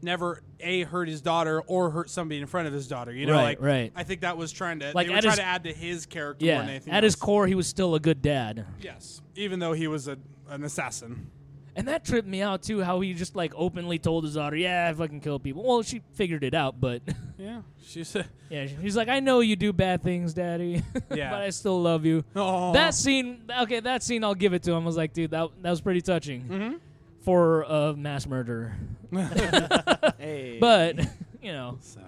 [SPEAKER 2] never a hurt his daughter or hurt somebody in front of his daughter. You know,
[SPEAKER 1] Right,
[SPEAKER 2] like
[SPEAKER 1] right.
[SPEAKER 2] I think that was trying to
[SPEAKER 1] Like,
[SPEAKER 2] they were
[SPEAKER 1] at
[SPEAKER 2] trying
[SPEAKER 1] his-
[SPEAKER 2] to add to his character more than
[SPEAKER 1] Yeah,
[SPEAKER 2] anything.
[SPEAKER 1] at his
[SPEAKER 2] else.
[SPEAKER 1] core, he was still a good dad.
[SPEAKER 2] Yes. Even though he was a, an assassin.
[SPEAKER 1] And that tripped me out too, how he just like openly told his daughter, "Yeah, I fucking kill people." Well, she figured it out, but
[SPEAKER 2] Yeah. She said
[SPEAKER 1] yeah, he's like, "I know you do bad things, Daddy,
[SPEAKER 2] Yeah.
[SPEAKER 1] but I still love you."
[SPEAKER 2] Oh
[SPEAKER 1] That scene, okay, that scene, I'll give it to him. I was like, dude, that that was pretty touching
[SPEAKER 2] Mm-hmm.
[SPEAKER 1] for a mass murder.
[SPEAKER 5] Hey.
[SPEAKER 1] But you know,
[SPEAKER 2] so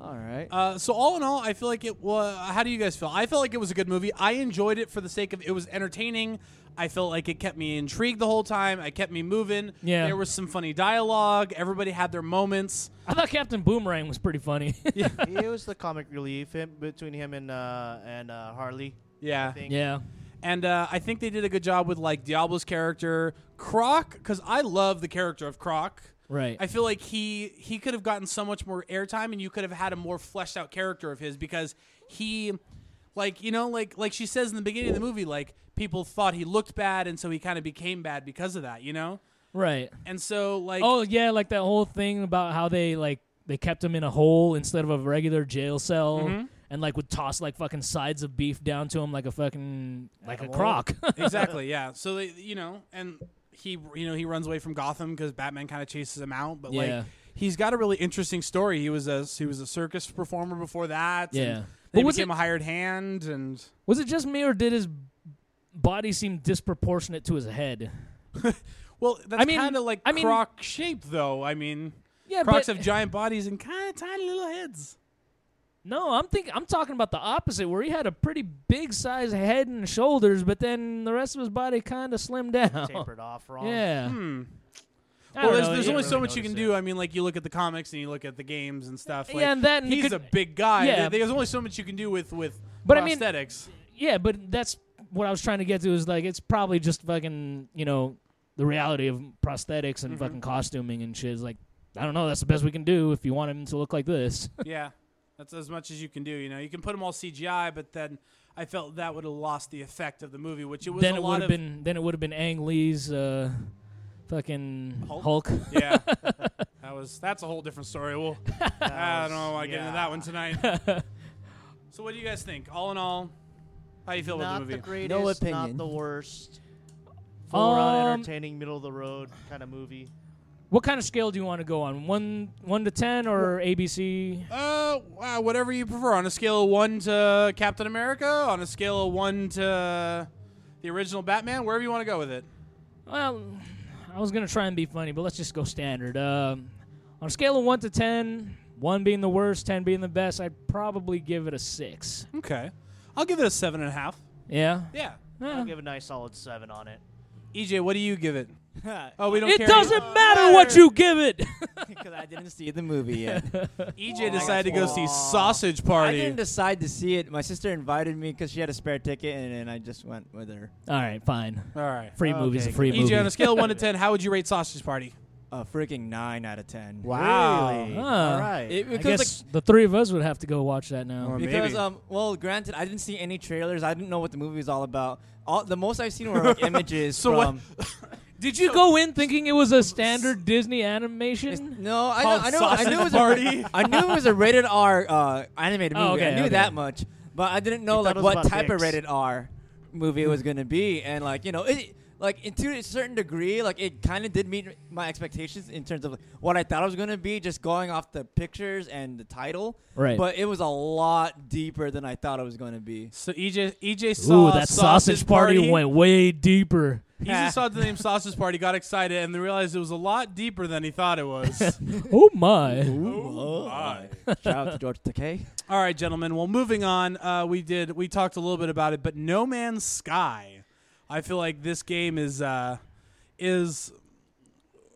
[SPEAKER 5] all right.
[SPEAKER 2] uh, so all in all, I feel like it was. How do you guys feel? I felt like it was a good movie. I enjoyed it for the sake of it was entertaining. I felt like it kept me intrigued the whole time. I kept me moving.
[SPEAKER 1] Yeah.
[SPEAKER 2] there was some funny dialogue. Everybody had their moments.
[SPEAKER 1] I thought Captain Boomerang was pretty funny.
[SPEAKER 4] it was the comic relief him, between him and uh, and uh, Harley.
[SPEAKER 2] Yeah,
[SPEAKER 4] I think.
[SPEAKER 1] yeah,
[SPEAKER 2] and uh, I think they did a good job with like Diablo's character Croc because I love the character of Croc.
[SPEAKER 1] right.
[SPEAKER 2] I feel like he he could have gotten so much more airtime, and you could have had a more fleshed out character of his because he, like you know, like like she says in the beginning of the movie, like people thought he looked bad, and so he kind of became bad because of that, you know.
[SPEAKER 1] right.
[SPEAKER 2] And so like
[SPEAKER 1] Oh yeah, like that whole thing about how they like they kept him in a hole instead of a regular jail cell,
[SPEAKER 2] Mm-hmm.
[SPEAKER 1] and like would toss like fucking sides of beef down to him like a fucking like a
[SPEAKER 4] Animal.
[SPEAKER 1] croc.
[SPEAKER 2] exactly yeah. So they you know and he you know he runs away from Gotham because Batman kind of chases him out, but
[SPEAKER 1] Yeah.
[SPEAKER 2] like he's got a really interesting story. He was a he was a circus performer before that.
[SPEAKER 1] Yeah.
[SPEAKER 2] and then
[SPEAKER 1] But
[SPEAKER 2] he
[SPEAKER 1] was
[SPEAKER 2] became
[SPEAKER 1] it-
[SPEAKER 2] a hired hand and.
[SPEAKER 1] Was it just me or did his body seemed disproportionate to his head.
[SPEAKER 2] Well, that's
[SPEAKER 1] mean-
[SPEAKER 2] kind of like
[SPEAKER 1] I mean-
[SPEAKER 2] croc shape, though. I mean,
[SPEAKER 1] Yeah,
[SPEAKER 2] crocs
[SPEAKER 1] but-
[SPEAKER 2] have giant bodies and kind of tiny little heads.
[SPEAKER 1] No, I'm thinking I'm talking about the opposite, where he had a pretty big size head and shoulders, but then the rest of his body kind of slimmed down.
[SPEAKER 4] tapered off wrong.
[SPEAKER 1] Yeah.
[SPEAKER 2] Hmm.
[SPEAKER 1] I
[SPEAKER 2] Well,
[SPEAKER 1] don't
[SPEAKER 2] there's,
[SPEAKER 1] know,
[SPEAKER 2] there's
[SPEAKER 1] it-
[SPEAKER 2] only
[SPEAKER 4] didn't
[SPEAKER 2] so
[SPEAKER 4] really
[SPEAKER 2] much you can
[SPEAKER 4] notice
[SPEAKER 2] do. I mean, like you look at the comics and you look at the games and stuff. Like,
[SPEAKER 1] Yeah, and that- and you
[SPEAKER 2] he's
[SPEAKER 1] could-
[SPEAKER 2] a big guy.
[SPEAKER 1] yeah.
[SPEAKER 2] There- There's only so much you can do with with
[SPEAKER 1] But I mean-
[SPEAKER 2] prosthetics.
[SPEAKER 1] yeah, but that's what I was trying to get to is like it's probably just fucking you know the reality of prosthetics
[SPEAKER 2] Mm-hmm.
[SPEAKER 1] and fucking costuming and shit is like I don't know that's the best we can do if you want him to look like this.
[SPEAKER 2] yeah, that's as much as you can do. You know, you can put them all CGI, but then I felt that would have lost the effect of the movie, which it was
[SPEAKER 1] then
[SPEAKER 2] a
[SPEAKER 1] it
[SPEAKER 2] lot
[SPEAKER 1] would
[SPEAKER 2] of.
[SPEAKER 1] have been then it would have been Ang Lee's uh, fucking
[SPEAKER 2] Hulk?
[SPEAKER 1] Hulk.
[SPEAKER 2] yeah, that was that's a whole different story. Well, I don't know. I to get into that one tonight. so, what do you guys think? All in all, how you feel about
[SPEAKER 4] Not
[SPEAKER 2] the
[SPEAKER 4] the
[SPEAKER 2] movie?
[SPEAKER 4] greatest,
[SPEAKER 5] No
[SPEAKER 4] not
[SPEAKER 5] opinion.
[SPEAKER 4] the worst. Full around
[SPEAKER 1] Um,
[SPEAKER 4] entertaining, middle of the road kind of movie.
[SPEAKER 1] What kind of scale do you want to go on? One one to ten or ABC?
[SPEAKER 2] Uh, wow, whatever you prefer. On a scale of one to Captain America, on a scale of one to the original Batman, wherever you want to go with it.
[SPEAKER 1] Well, I was gonna try and be funny, but let's just go standard. Um, on a scale of one to ten, one being the worst, ten being the best, I'd probably give it a six.
[SPEAKER 2] Okay, I'll give it a seven and a half.
[SPEAKER 1] Yeah.
[SPEAKER 2] Yeah.
[SPEAKER 1] Eh.
[SPEAKER 4] I'll give a nice solid seven on it.
[SPEAKER 2] EJ, what do you give it? Oh, we don't.
[SPEAKER 1] It
[SPEAKER 2] care.
[SPEAKER 1] doesn't matter what you give it.
[SPEAKER 5] Because I didn't see the movie yet.
[SPEAKER 2] EJ E decided to go see
[SPEAKER 4] Aw.
[SPEAKER 2] Sausage
[SPEAKER 5] I
[SPEAKER 2] Party.
[SPEAKER 5] didn't decide to see it. My sister invited me because she had a spare ticket, and, and I just went with her.
[SPEAKER 1] All right, fine.
[SPEAKER 2] All right.
[SPEAKER 1] Free
[SPEAKER 4] Okay,
[SPEAKER 1] movie's a free
[SPEAKER 2] EJ,
[SPEAKER 1] movie.
[SPEAKER 2] E on a scale of one to ten, how would you rate Sausage Party?
[SPEAKER 5] A freaking nine out of ten.
[SPEAKER 4] Really?
[SPEAKER 1] Huh.
[SPEAKER 4] All right.
[SPEAKER 5] It-
[SPEAKER 1] Ah. I
[SPEAKER 5] because like,
[SPEAKER 1] guess the three of us would have to go watch that now.
[SPEAKER 2] Or
[SPEAKER 5] Because
[SPEAKER 2] maybe.
[SPEAKER 5] um, well, granted, I didn't see any trailers. I didn't know what the movie was all about. All the most I've seen were like images
[SPEAKER 2] So what-
[SPEAKER 5] from.
[SPEAKER 1] Did you go in thinking it was a standard Disney
[SPEAKER 5] It's-
[SPEAKER 1] animation?
[SPEAKER 5] No, I know, I know, I knew it was a,
[SPEAKER 2] Party?
[SPEAKER 5] I knew it was a rated R uh, animated
[SPEAKER 1] Oh,
[SPEAKER 5] movie. I
[SPEAKER 1] okay,
[SPEAKER 5] knew
[SPEAKER 1] okay.
[SPEAKER 5] that much, but I didn't know
[SPEAKER 4] You
[SPEAKER 5] like
[SPEAKER 4] thought it was
[SPEAKER 5] what
[SPEAKER 4] about
[SPEAKER 5] type of
[SPEAKER 4] dicks.
[SPEAKER 5] rated R movie it was going to be, and like you know, it like in to a certain degree, like it kind of did meet my expectations in terms of like, what I thought it was going to be, just going off the pictures and the title.
[SPEAKER 1] Right.
[SPEAKER 5] But it was a lot deeper than I thought it was going to be.
[SPEAKER 2] So E EJ, EJ saw
[SPEAKER 1] Ooh, that sausage, party, went way deeper.
[SPEAKER 2] EJ saw the name Sausage Party, got excited, and then realized it was a lot deeper than he thought it was.
[SPEAKER 1] Oh my!
[SPEAKER 5] Oh, Shout out to George Takei.
[SPEAKER 2] All right, gentlemen. Well, moving on. Uh, we did. We talked a little bit about it, but No Man's Sky. I feel like this game is uh, is.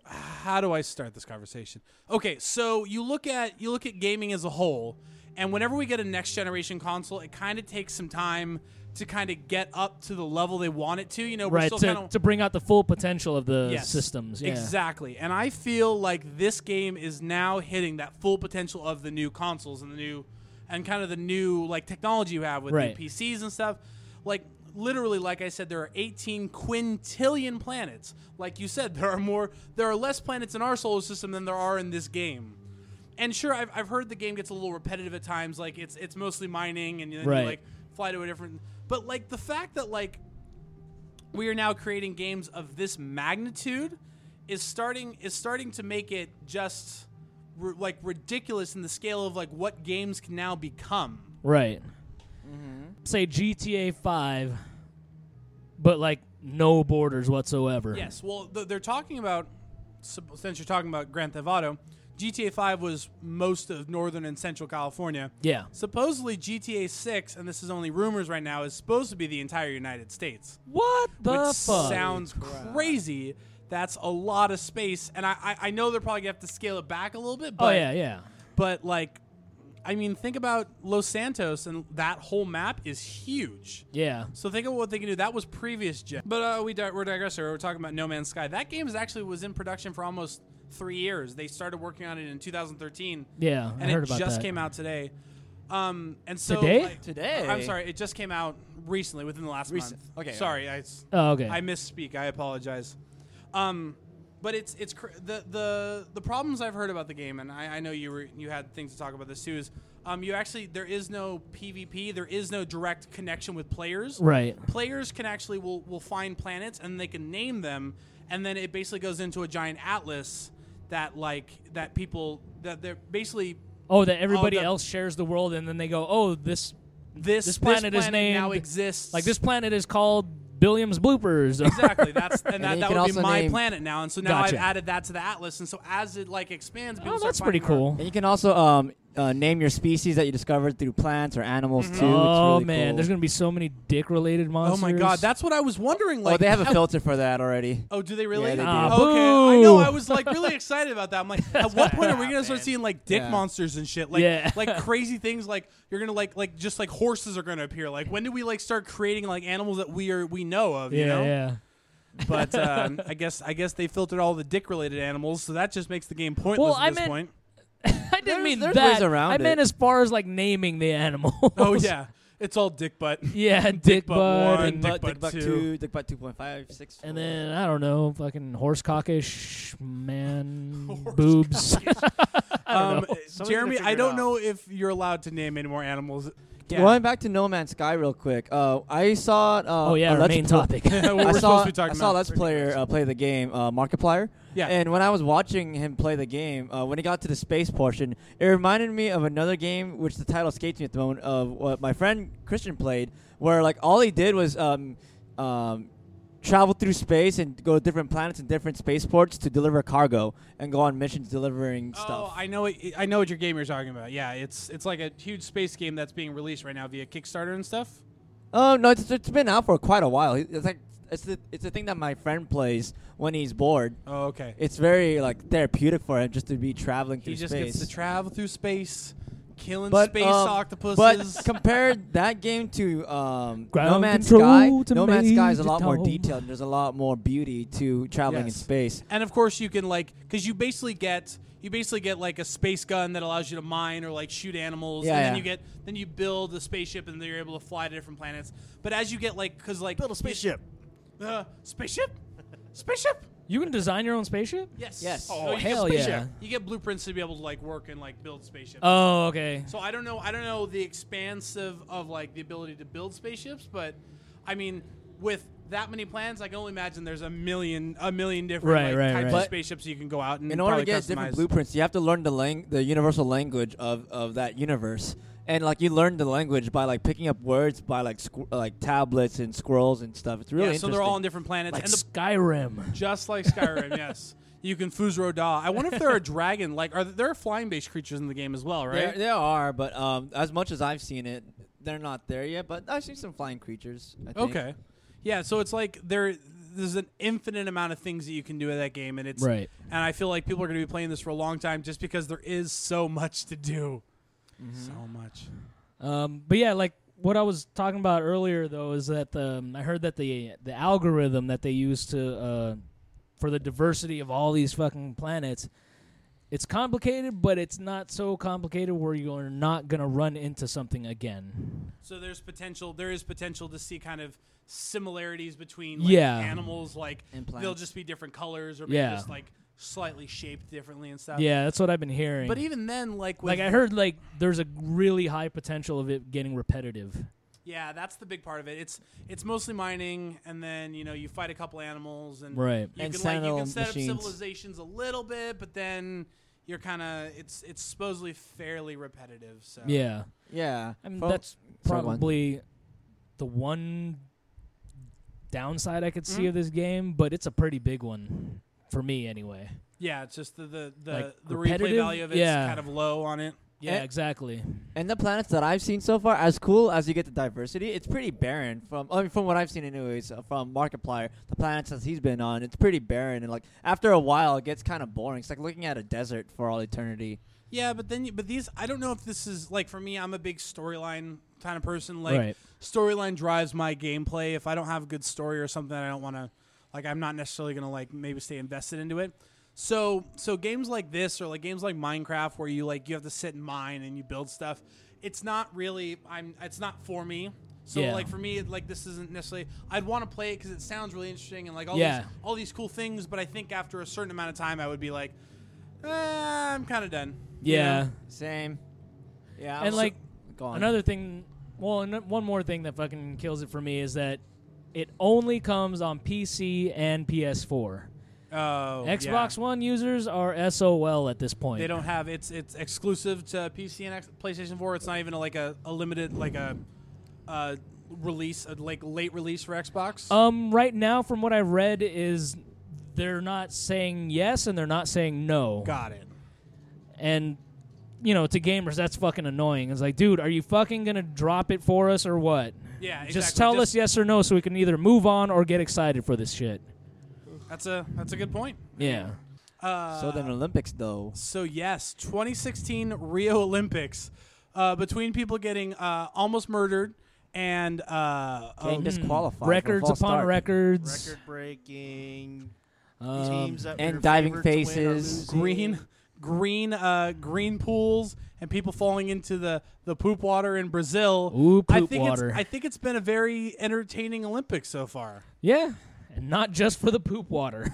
[SPEAKER 2] How do I start this conversation? Okay, so you look at you look at gaming as a whole, and whenever we get a next generation console, it kind of takes some time to kind of get up to the level they want it to. You know, we're
[SPEAKER 1] Right
[SPEAKER 2] still
[SPEAKER 1] to,
[SPEAKER 2] kind of
[SPEAKER 1] to bring out the full potential of the
[SPEAKER 2] Yes.
[SPEAKER 1] systems. Yeah.
[SPEAKER 2] Exactly. And I feel like this game is now hitting that full potential of the new consoles and the new and kind of the new like technology you have with
[SPEAKER 1] Right.
[SPEAKER 2] new PCs and stuff. Like literally like I said there are 18 quintillion planets. Like you said there are more there are less planets in our solar system than there are in this game. And sure I've, I've heard the game gets a little repetitive at times like it's it's mostly mining and then
[SPEAKER 1] Right.
[SPEAKER 2] you like fly to a different but like the fact that like we are now creating games of this magnitude is starting is starting to make it just r like ridiculous in the scale of like what games can now become.
[SPEAKER 1] Right. Say GTA Five, but like no borders whatsoever.
[SPEAKER 2] Yes, well th- they're talking about sup- since you're talking about Grand Theft Auto, GTA 5 was most of northern and central California.
[SPEAKER 1] Yeah.
[SPEAKER 2] Supposedly GTA 6 and this is only rumors right now is supposed to be the entire United States.
[SPEAKER 1] What the
[SPEAKER 2] which
[SPEAKER 1] fuck?
[SPEAKER 2] sounds crazy. That's a lot of space, and I, I I know they're probably gonna have to scale it back a little bit. But
[SPEAKER 1] oh yeah, yeah.
[SPEAKER 2] but like i mean think about los santos and that whole map is huge
[SPEAKER 1] Yeah.
[SPEAKER 2] so think of what they can do that was previous gen but uh, we di- we're digressing we're talking about no man's sky that game is actually was in production for almost three years they started working on it in 2013
[SPEAKER 1] Yeah.
[SPEAKER 2] and
[SPEAKER 1] I heard
[SPEAKER 2] it
[SPEAKER 1] about
[SPEAKER 2] just
[SPEAKER 1] that.
[SPEAKER 2] came out today um and so
[SPEAKER 1] Today?
[SPEAKER 2] like-
[SPEAKER 5] Today?
[SPEAKER 2] i'm sorry it just came out recently within the last
[SPEAKER 5] Recent.
[SPEAKER 2] month
[SPEAKER 5] Okay.
[SPEAKER 2] sorry I s-
[SPEAKER 1] Oh, okay.
[SPEAKER 2] I misspeak. I apologize. Um, but it's it's cr- the the the problems I've heard about the game, and I, I know you were you had things to talk about this too. Is um, you actually there is no PvP, there is no direct connection with players.
[SPEAKER 1] right.
[SPEAKER 2] Players can actually will will find planets and they can name them, and then it basically goes into a giant atlas that like that people that they're basically
[SPEAKER 1] Oh, that everybody
[SPEAKER 2] the-
[SPEAKER 1] else shares the world, and then they go, "Oh, this
[SPEAKER 2] this
[SPEAKER 1] This planet is named-
[SPEAKER 2] now exists
[SPEAKER 1] like this planet is called Billiam's bloopers.
[SPEAKER 2] Exactly. That's and that,
[SPEAKER 5] you
[SPEAKER 2] that
[SPEAKER 5] can
[SPEAKER 2] would be
[SPEAKER 5] also
[SPEAKER 2] my
[SPEAKER 5] name-
[SPEAKER 2] planet now, and so now
[SPEAKER 1] Gotcha.
[SPEAKER 2] I've added that to the atlas, and so as it like expands, people
[SPEAKER 1] oh,
[SPEAKER 2] start
[SPEAKER 1] that's pretty
[SPEAKER 2] finding more-
[SPEAKER 1] cool.
[SPEAKER 5] And you can also um, uh, name your species that you discovered through plants or animals too. It's
[SPEAKER 1] oh
[SPEAKER 5] really
[SPEAKER 1] man,
[SPEAKER 5] cool.
[SPEAKER 1] there's gonna be so many dick-related
[SPEAKER 2] Oh
[SPEAKER 1] monsters.
[SPEAKER 2] my god, that's what I was wondering. Like
[SPEAKER 5] oh, they have a filter for that already.
[SPEAKER 2] Oh, do they really?
[SPEAKER 5] Yeah, they
[SPEAKER 1] Ah, do.
[SPEAKER 2] okay, I know.
[SPEAKER 1] boo.
[SPEAKER 2] I was like really excited about that. I'm like, at what point are we gonna start
[SPEAKER 4] man.
[SPEAKER 2] seeing like dick
[SPEAKER 5] Yeah.
[SPEAKER 2] monsters and shit? Like,
[SPEAKER 1] Yeah.
[SPEAKER 2] like crazy things. Like you're gonna like like just like horses are gonna appear. Like when do we like start creating like animals that we are we know of?
[SPEAKER 1] yeah,
[SPEAKER 2] You know?
[SPEAKER 1] yeah.
[SPEAKER 2] But um, I guess I guess they filtered all the dick related animals, so that just makes the game pointless
[SPEAKER 1] Well,
[SPEAKER 2] at
[SPEAKER 1] I
[SPEAKER 2] this
[SPEAKER 1] meant-
[SPEAKER 2] point.
[SPEAKER 1] I didn't
[SPEAKER 5] There's-
[SPEAKER 1] mean
[SPEAKER 5] there's
[SPEAKER 1] that.
[SPEAKER 5] ways around
[SPEAKER 1] I meant
[SPEAKER 5] it.
[SPEAKER 1] as far as like naming the animal.
[SPEAKER 2] Oh yeah, it's all dick butt.
[SPEAKER 1] yeah, dick
[SPEAKER 2] butt
[SPEAKER 1] bud,
[SPEAKER 2] one,
[SPEAKER 1] and,
[SPEAKER 2] dick butt
[SPEAKER 5] Buck
[SPEAKER 2] two.
[SPEAKER 5] two, Dick Buck two point five six.
[SPEAKER 1] and then I don't know, fucking horse cockish man
[SPEAKER 2] Horse
[SPEAKER 1] boobs.
[SPEAKER 2] Um,
[SPEAKER 4] Somebody's
[SPEAKER 2] Jeremy,
[SPEAKER 4] gonna
[SPEAKER 2] I
[SPEAKER 4] figure it
[SPEAKER 2] don't
[SPEAKER 4] out.
[SPEAKER 2] know if you're allowed to name any more animals. Yeah.
[SPEAKER 5] Going back to No Man's Sky real quick. Uh, I saw. Uh,
[SPEAKER 1] oh yeah,
[SPEAKER 5] a
[SPEAKER 1] our
[SPEAKER 5] Let's
[SPEAKER 1] main
[SPEAKER 5] Pl-
[SPEAKER 1] topic.
[SPEAKER 2] What we're
[SPEAKER 5] I
[SPEAKER 2] supposed
[SPEAKER 5] saw.
[SPEAKER 2] to be talking
[SPEAKER 5] I saw
[SPEAKER 2] about.
[SPEAKER 5] Let's Player uh, play the game, uh, Markiplier.
[SPEAKER 2] Yeah.
[SPEAKER 5] And when I was watching him play the game, uh, when he got to the space portion, it reminded me of another game, which the title escapes me at the moment, of what my friend Christian played, where like all he did was um, um, travel through space and go to different planets and different spaceports to deliver cargo and go on missions delivering
[SPEAKER 2] Oh,
[SPEAKER 5] stuff.
[SPEAKER 2] I know. What, I know what your game you're talking about. Yeah, it's it's like a huge space game that's being released right now via Kickstarter and stuff.
[SPEAKER 5] Oh no, it's, it's been out for quite a while. It's like it's the it's the thing that my friend plays when he's bored.
[SPEAKER 2] Oh, okay.
[SPEAKER 5] It's very like therapeutic for him just to be traveling
[SPEAKER 2] He
[SPEAKER 5] through
[SPEAKER 2] just
[SPEAKER 5] space.
[SPEAKER 2] gets to travel through space, killing
[SPEAKER 5] but
[SPEAKER 2] space
[SPEAKER 5] um,
[SPEAKER 2] octopuses.
[SPEAKER 5] But compare that game to um, No
[SPEAKER 1] Ground
[SPEAKER 5] Man's
[SPEAKER 1] control
[SPEAKER 5] Sky.
[SPEAKER 1] to
[SPEAKER 5] No Man's Sky is a
[SPEAKER 1] Major
[SPEAKER 5] lot more
[SPEAKER 1] Tom.
[SPEAKER 5] detailed. There's a lot more beauty to traveling
[SPEAKER 2] Yes.
[SPEAKER 5] in space.
[SPEAKER 2] and of course, you can like because you basically get you basically get like a space gun that allows you to mine or like shoot animals.
[SPEAKER 5] Yeah,
[SPEAKER 2] and then
[SPEAKER 5] yeah.
[SPEAKER 2] you get then you build a spaceship and then you're able to fly to different planets. But as you get like because like
[SPEAKER 4] Build a spaceship.
[SPEAKER 2] uh, spaceship, spaceship.
[SPEAKER 1] you can design your own spaceship.
[SPEAKER 2] Yes.
[SPEAKER 5] Yes.
[SPEAKER 1] Oh,
[SPEAKER 2] you get
[SPEAKER 1] hell
[SPEAKER 2] spaceship.
[SPEAKER 1] yeah.
[SPEAKER 2] You get blueprints to be able to like work and like build spaceships.
[SPEAKER 1] Oh okay.
[SPEAKER 2] So I don't know. I don't know the expansive of like the ability to build spaceships, but I mean, with that many plans, I can only imagine there's a million, a million different
[SPEAKER 1] Right,
[SPEAKER 2] like,
[SPEAKER 1] right,
[SPEAKER 2] types
[SPEAKER 1] right.
[SPEAKER 2] of spaceships you can go out and
[SPEAKER 5] In order to
[SPEAKER 2] probably
[SPEAKER 5] get
[SPEAKER 2] customize.
[SPEAKER 5] different blueprints, you have to learn the lang- the universal language of, of that universe. And like you learn the language by like picking up words by like squ- like tablets and scrolls and stuff. It's
[SPEAKER 2] yeah,
[SPEAKER 5] really
[SPEAKER 2] so
[SPEAKER 5] interesting.
[SPEAKER 2] they're all on different planets,
[SPEAKER 1] like
[SPEAKER 2] and the,
[SPEAKER 1] Skyrim.
[SPEAKER 2] just like Skyrim, yes. You can Fuzro Da. I wonder if there are dragon like are there, there are flying based creatures in the game as well,
[SPEAKER 5] There,
[SPEAKER 2] right?
[SPEAKER 5] there are, but um, as much as I've seen it, they're not there yet. But I've seen some flying creatures. I think.
[SPEAKER 2] Okay. Yeah, so it's like there there's an infinite amount of things that you can do in that game and it's
[SPEAKER 1] Right.
[SPEAKER 2] and I feel like people are going to be playing this for a long time just because there is so much to do. So much.
[SPEAKER 1] Um, but yeah, like what I was talking about earlier though is that um, I heard that the the algorithm that they use to uh, for the diversity of all these fucking planets, it's complicated, but it's not so complicated where you're not gonna run into something again.
[SPEAKER 2] So there's potential there is potential to see kind of similarities between like,
[SPEAKER 1] like, Yeah.
[SPEAKER 2] animals like
[SPEAKER 5] And
[SPEAKER 2] they'll
[SPEAKER 5] plants.
[SPEAKER 2] just be different colors or
[SPEAKER 1] maybe Yeah.
[SPEAKER 2] just
[SPEAKER 1] just,
[SPEAKER 2] like slightly shaped differently and stuff.
[SPEAKER 1] Yeah, that's what I've been hearing.
[SPEAKER 2] But even then like with
[SPEAKER 1] like I heard, like there's a really high potential of it getting repetitive.
[SPEAKER 2] Yeah, that's the big part of it. It's it's mostly mining, and then you know you fight a couple animals, and
[SPEAKER 1] Right.
[SPEAKER 2] you can like
[SPEAKER 5] And
[SPEAKER 2] you
[SPEAKER 5] sentinel
[SPEAKER 2] can set
[SPEAKER 5] machines.
[SPEAKER 2] up civilizations a little bit, but then you're kind of it's it's supposedly fairly repetitive. So
[SPEAKER 1] Yeah,
[SPEAKER 5] Yeah.
[SPEAKER 1] I mean
[SPEAKER 5] Well,
[SPEAKER 1] that's
[SPEAKER 5] sorry, go on.
[SPEAKER 1] probably the one downside I could
[SPEAKER 2] Mm-hmm.
[SPEAKER 1] see of this game, but it's a pretty big one for me anyway.
[SPEAKER 2] yeah, it's just the the the,
[SPEAKER 1] Like,
[SPEAKER 2] the replay
[SPEAKER 1] repetitive?
[SPEAKER 2] value of it's
[SPEAKER 1] Yeah.
[SPEAKER 2] kind of low on it.
[SPEAKER 1] Yeah,
[SPEAKER 5] Eh?
[SPEAKER 1] exactly.
[SPEAKER 5] And the planets that I've seen so far, as cool as you get the diversity, it's pretty barren. From I mean, from what I've seen, anyways, uh, from Markiplier, the planets that he's been on, it's pretty barren. And like after a while, it gets kind of boring. It's like looking at a desert for all eternity.
[SPEAKER 2] Yeah, but then you, but these I don't know if this is like for me. I'm a big storyline kind of person. Like
[SPEAKER 1] Right.
[SPEAKER 2] storyline drives my gameplay. If I don't have a good story or something, I don't want to. Like I'm not necessarily gonna like maybe stay invested into it. So so games like this or like games like Minecraft where you like you have to sit and mine and you build stuff. It's not really I'm. It's not for me. So
[SPEAKER 1] Yeah.
[SPEAKER 2] like for me, like this isn't necessarily. I'd want to play it because it sounds really interesting and like all
[SPEAKER 1] Yeah.
[SPEAKER 2] these all these cool things. But I think after a certain amount of time, I would be like, eh, I'm kind of done. you know?
[SPEAKER 1] Yeah,
[SPEAKER 5] Same. Yeah. I'm
[SPEAKER 1] and
[SPEAKER 5] so-
[SPEAKER 1] like
[SPEAKER 5] go on.
[SPEAKER 1] another thing. Well, and one more thing that fucking kills it for me is that it only comes on PC and PS4.
[SPEAKER 2] Oh,
[SPEAKER 1] Xbox
[SPEAKER 2] yeah.
[SPEAKER 1] One users are SOL at this point.
[SPEAKER 2] They don't have it's it's exclusive to PC and X, PlayStation Four. It's not even a, like a, a limited like a uh, release, a like late release for Xbox?
[SPEAKER 1] Um, right now, from what I read, is they're not saying yes and they're not saying no.
[SPEAKER 2] Got it.
[SPEAKER 1] And you know, to gamers, that's fucking annoying. It's like, dude, are you fucking gonna drop it for us or what?
[SPEAKER 2] Yeah,
[SPEAKER 1] Just
[SPEAKER 2] exactly.
[SPEAKER 1] tell us yes or no, so we can either move on or get excited for this shit.
[SPEAKER 2] That's a that's a good point.
[SPEAKER 1] Yeah.
[SPEAKER 2] Uh,
[SPEAKER 5] so then Olympics though.
[SPEAKER 2] So yes, 2016 Rio Olympics, uh, between people getting uh, almost murdered and uh,
[SPEAKER 5] Getting
[SPEAKER 2] um,
[SPEAKER 5] Mm. disqualified. for
[SPEAKER 1] records
[SPEAKER 5] false
[SPEAKER 1] upon
[SPEAKER 5] start.
[SPEAKER 1] records.
[SPEAKER 4] Record breaking
[SPEAKER 1] Um,
[SPEAKER 4] teams that
[SPEAKER 5] and
[SPEAKER 4] were
[SPEAKER 5] diving
[SPEAKER 4] favored to win or
[SPEAKER 5] faces.
[SPEAKER 4] lose.
[SPEAKER 2] green green uh, green pools and people falling into the, the poop water in Brazil.
[SPEAKER 1] Ooh,
[SPEAKER 2] I
[SPEAKER 1] poop
[SPEAKER 2] think
[SPEAKER 1] water.
[SPEAKER 2] It's, I think it's been a very entertaining Olympics so far.
[SPEAKER 1] yeah. And not just for the poop water.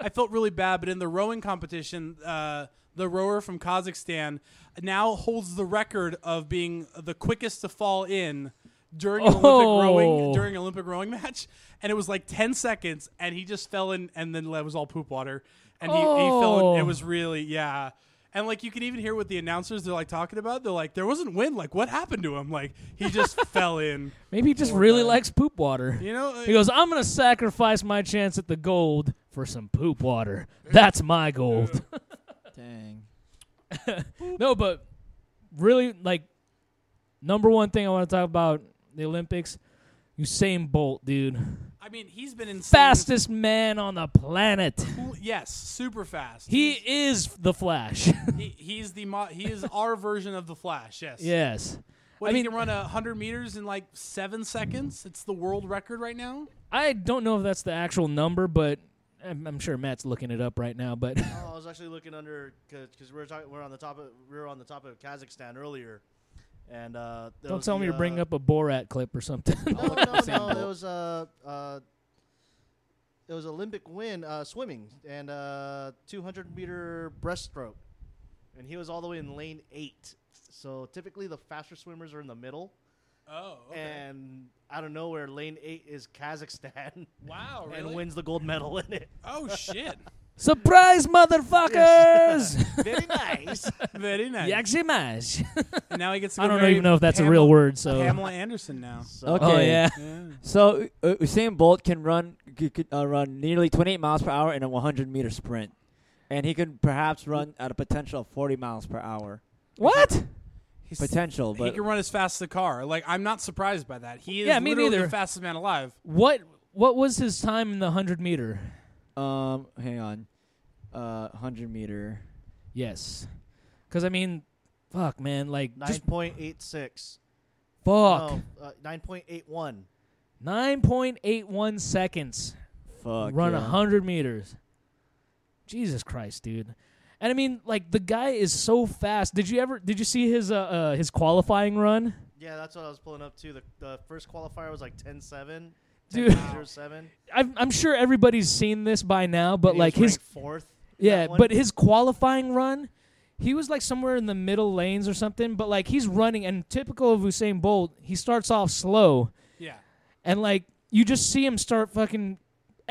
[SPEAKER 2] I felt really bad, but in the rowing competition, uh, the rower from Kazakhstan now holds the record of being the quickest to fall in during an
[SPEAKER 1] Oh.
[SPEAKER 2] Olympic rowing during an Olympic rowing match, and it was like ten seconds, and he just fell in, and then it was all poop water, and he, he fell.
[SPEAKER 1] Oh.
[SPEAKER 2] In, it was really yeah. And like you can even hear what the announcers they're like talking about. They're like, there wasn't wind. Like, what happened to him? Like, he just fell in.
[SPEAKER 1] Maybe he just really likes poop water.
[SPEAKER 2] You know,
[SPEAKER 1] He goes, I'm going to sacrifice my chance at the gold for some poop water. That's my gold.
[SPEAKER 5] Dang.
[SPEAKER 1] no, but really, like, number one thing I want to talk about the Olympics Usain Bolt, dude.
[SPEAKER 2] I mean, he's been insane.
[SPEAKER 1] Fastest man on the planet.
[SPEAKER 2] Yes, super fast.
[SPEAKER 1] He is the Flash.
[SPEAKER 2] He, he's the mo- he is our version of the Flash. Yes.
[SPEAKER 1] yes.
[SPEAKER 2] What,
[SPEAKER 1] I
[SPEAKER 2] he
[SPEAKER 1] mean-
[SPEAKER 2] can run a hundred meters in like seven seconds. It's the world record right now.
[SPEAKER 1] I don't know if that's the actual number, but I'm, I'm sure Matt's looking it up right now. But
[SPEAKER 4] Oh, I was actually looking under because we were talking. We're on the top. Of, we were on the top of Kazakhstan earlier, and uh, there
[SPEAKER 1] don't
[SPEAKER 4] was
[SPEAKER 1] tell
[SPEAKER 4] the,
[SPEAKER 1] me you're bringing
[SPEAKER 4] uh,
[SPEAKER 1] up a Borat clip or something.
[SPEAKER 4] No, no,
[SPEAKER 3] Usain
[SPEAKER 4] no. It
[SPEAKER 3] Bolt.
[SPEAKER 4] was uh, uh, it was Olympic win uh, swimming and uh, 200 meter breaststroke, and he was all the way in lane eight. So typically, the faster swimmers are in the middle,
[SPEAKER 2] Oh.
[SPEAKER 4] and out of nowhere, lane eight is Kazakhstan
[SPEAKER 2] wow.
[SPEAKER 4] and wins the gold medal in it.
[SPEAKER 2] oh shit.
[SPEAKER 1] Surprise, motherfuckers!
[SPEAKER 4] Very nice.
[SPEAKER 2] Very nice.
[SPEAKER 1] Yakshimaj.
[SPEAKER 2] And now he gets. To
[SPEAKER 1] I
[SPEAKER 2] go
[SPEAKER 1] don't
[SPEAKER 2] marry
[SPEAKER 1] even know if that's a
[SPEAKER 2] Pamela-
[SPEAKER 1] real word. So,
[SPEAKER 2] Pamela Anderson now.
[SPEAKER 4] So,
[SPEAKER 5] Okay.
[SPEAKER 1] oh yeah,
[SPEAKER 2] Yeah.
[SPEAKER 5] So uh, Usain Bolt can run c- could, uh, run nearly 28 miles per hour in a 100 meter sprint, and he could perhaps run at a potential of 40 miles per hour.
[SPEAKER 1] what?
[SPEAKER 2] He's-
[SPEAKER 5] Potential,
[SPEAKER 2] He
[SPEAKER 5] but
[SPEAKER 2] can run as fast as a car. Like I'm not surprised by that. He is
[SPEAKER 1] Yeah, me
[SPEAKER 2] literally
[SPEAKER 1] neither.
[SPEAKER 2] the fastest man alive.
[SPEAKER 1] What? What was his time in the hundred meter?
[SPEAKER 5] um, hang on, uh, 100 meter.
[SPEAKER 1] Yes, because I mean, fuck, man, like
[SPEAKER 4] nine
[SPEAKER 1] just
[SPEAKER 4] point eight six.
[SPEAKER 5] oh.
[SPEAKER 1] fuck.
[SPEAKER 4] No, uh, nine point eight one.
[SPEAKER 1] Nine point eight one seconds.
[SPEAKER 5] Fuck.
[SPEAKER 1] run a
[SPEAKER 5] yeah.
[SPEAKER 1] 100 meters. Jesus Christ, dude. And I mean, like the guy is so fast. Did you ever did you see his uh, uh his qualifying run?
[SPEAKER 4] Yeah, that's what I was pulling up too. The, the first qualifier was like 10 7.
[SPEAKER 1] Dude.
[SPEAKER 4] 07.
[SPEAKER 1] I'm I'm sure everybody's seen this by now, but like his
[SPEAKER 4] fourth.
[SPEAKER 1] yeah, but his qualifying run, he was like somewhere in the middle lanes or something, but like he's running and typical of Usain Bolt, he starts off slow
[SPEAKER 2] Yeah.
[SPEAKER 1] and like you just see him start fucking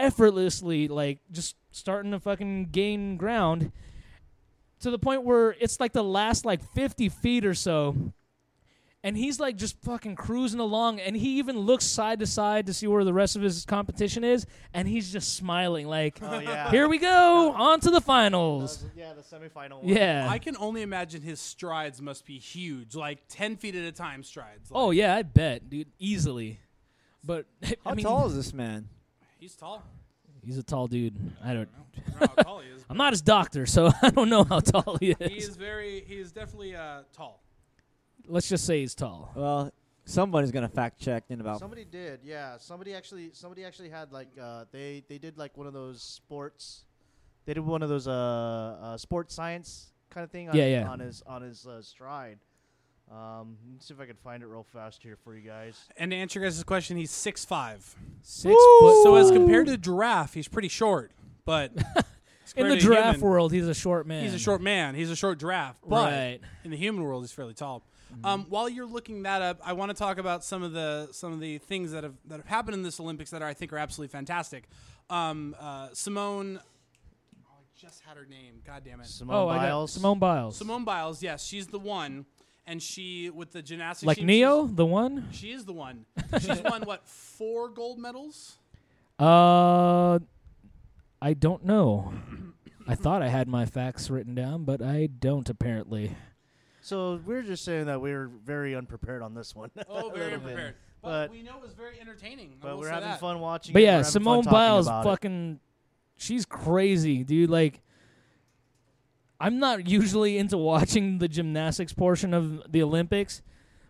[SPEAKER 1] effortlessly like just starting to fucking gain ground to the point where it's like the last like 50 feet or so and he's like just fucking cruising along and he even looks side to side to see where the rest of his competition is and he's just smiling like
[SPEAKER 4] oh yeah.
[SPEAKER 1] here we go on to the
[SPEAKER 4] That
[SPEAKER 1] finals
[SPEAKER 4] was- yeah, the semifinal. One.
[SPEAKER 1] yeah
[SPEAKER 2] I can only imagine his strides must be huge, like ten feet at a time strides. Like,
[SPEAKER 1] oh yeah i bet dude easily but
[SPEAKER 5] How
[SPEAKER 1] i mean
[SPEAKER 5] tall is this man?
[SPEAKER 2] he's tall.
[SPEAKER 1] he's a tall dude i don't
[SPEAKER 2] I don't know how tall he is.
[SPEAKER 1] I'm not his doctor, so I don't know how tall he
[SPEAKER 2] He
[SPEAKER 1] is.
[SPEAKER 2] is very. He is definitely uh, tall.
[SPEAKER 1] Let's just say he's tall.
[SPEAKER 5] Well, somebody's gonna fact check in about.
[SPEAKER 4] Somebody did. Yeah, somebody actually somebody actually had like uh they they did like one of those sports. They did one of those uh, uh sports science kind of thing on,
[SPEAKER 1] Yeah, yeah.
[SPEAKER 4] on his on his uh, stride. Um, let me see if I can find it real fast here for you guys.
[SPEAKER 2] And to answer your guys' question, he's six five.
[SPEAKER 1] Six foot.
[SPEAKER 2] So as compared to giraffe, he's pretty short. But
[SPEAKER 1] in the
[SPEAKER 2] compared to
[SPEAKER 1] giraffe
[SPEAKER 2] human,
[SPEAKER 1] world, he's a short man.
[SPEAKER 2] he's a short man. He's a short giraffe. But
[SPEAKER 1] Right. Mm-hmm.
[SPEAKER 2] in the human world, he's fairly tall. Um, while you're looking that up, I want to talk about some of the some of the things that have that have happened in this Olympics that are, I think are absolutely fantastic. Um, uh, Simone, oh, I just had her name. God damn it.
[SPEAKER 4] Simone
[SPEAKER 1] Oh, I got
[SPEAKER 4] Biles.
[SPEAKER 1] Simone Biles.
[SPEAKER 2] Simone Biles, yes, she's the one. and she with the gymnastics.
[SPEAKER 1] Like
[SPEAKER 2] she-
[SPEAKER 1] Neo, the one.
[SPEAKER 2] she's- she is the one. She's won what four gold medals?
[SPEAKER 1] Uh, I don't know. I thought I had my facts written down, but I don't apparently.
[SPEAKER 4] So we're just saying that we're very unprepared on this one.
[SPEAKER 2] Oh, very unprepared. But,
[SPEAKER 4] But-
[SPEAKER 2] we know it was very entertaining. I
[SPEAKER 4] but
[SPEAKER 2] will
[SPEAKER 4] we're
[SPEAKER 2] say
[SPEAKER 4] having
[SPEAKER 2] that.
[SPEAKER 4] fun watching.
[SPEAKER 1] But
[SPEAKER 4] it, we're
[SPEAKER 1] yeah,
[SPEAKER 4] having fun
[SPEAKER 1] Simone
[SPEAKER 4] talking
[SPEAKER 1] Biles,
[SPEAKER 4] about it.
[SPEAKER 1] fucking, she's crazy, dude. Like, I'm not usually into watching the gymnastics portion of the Olympics,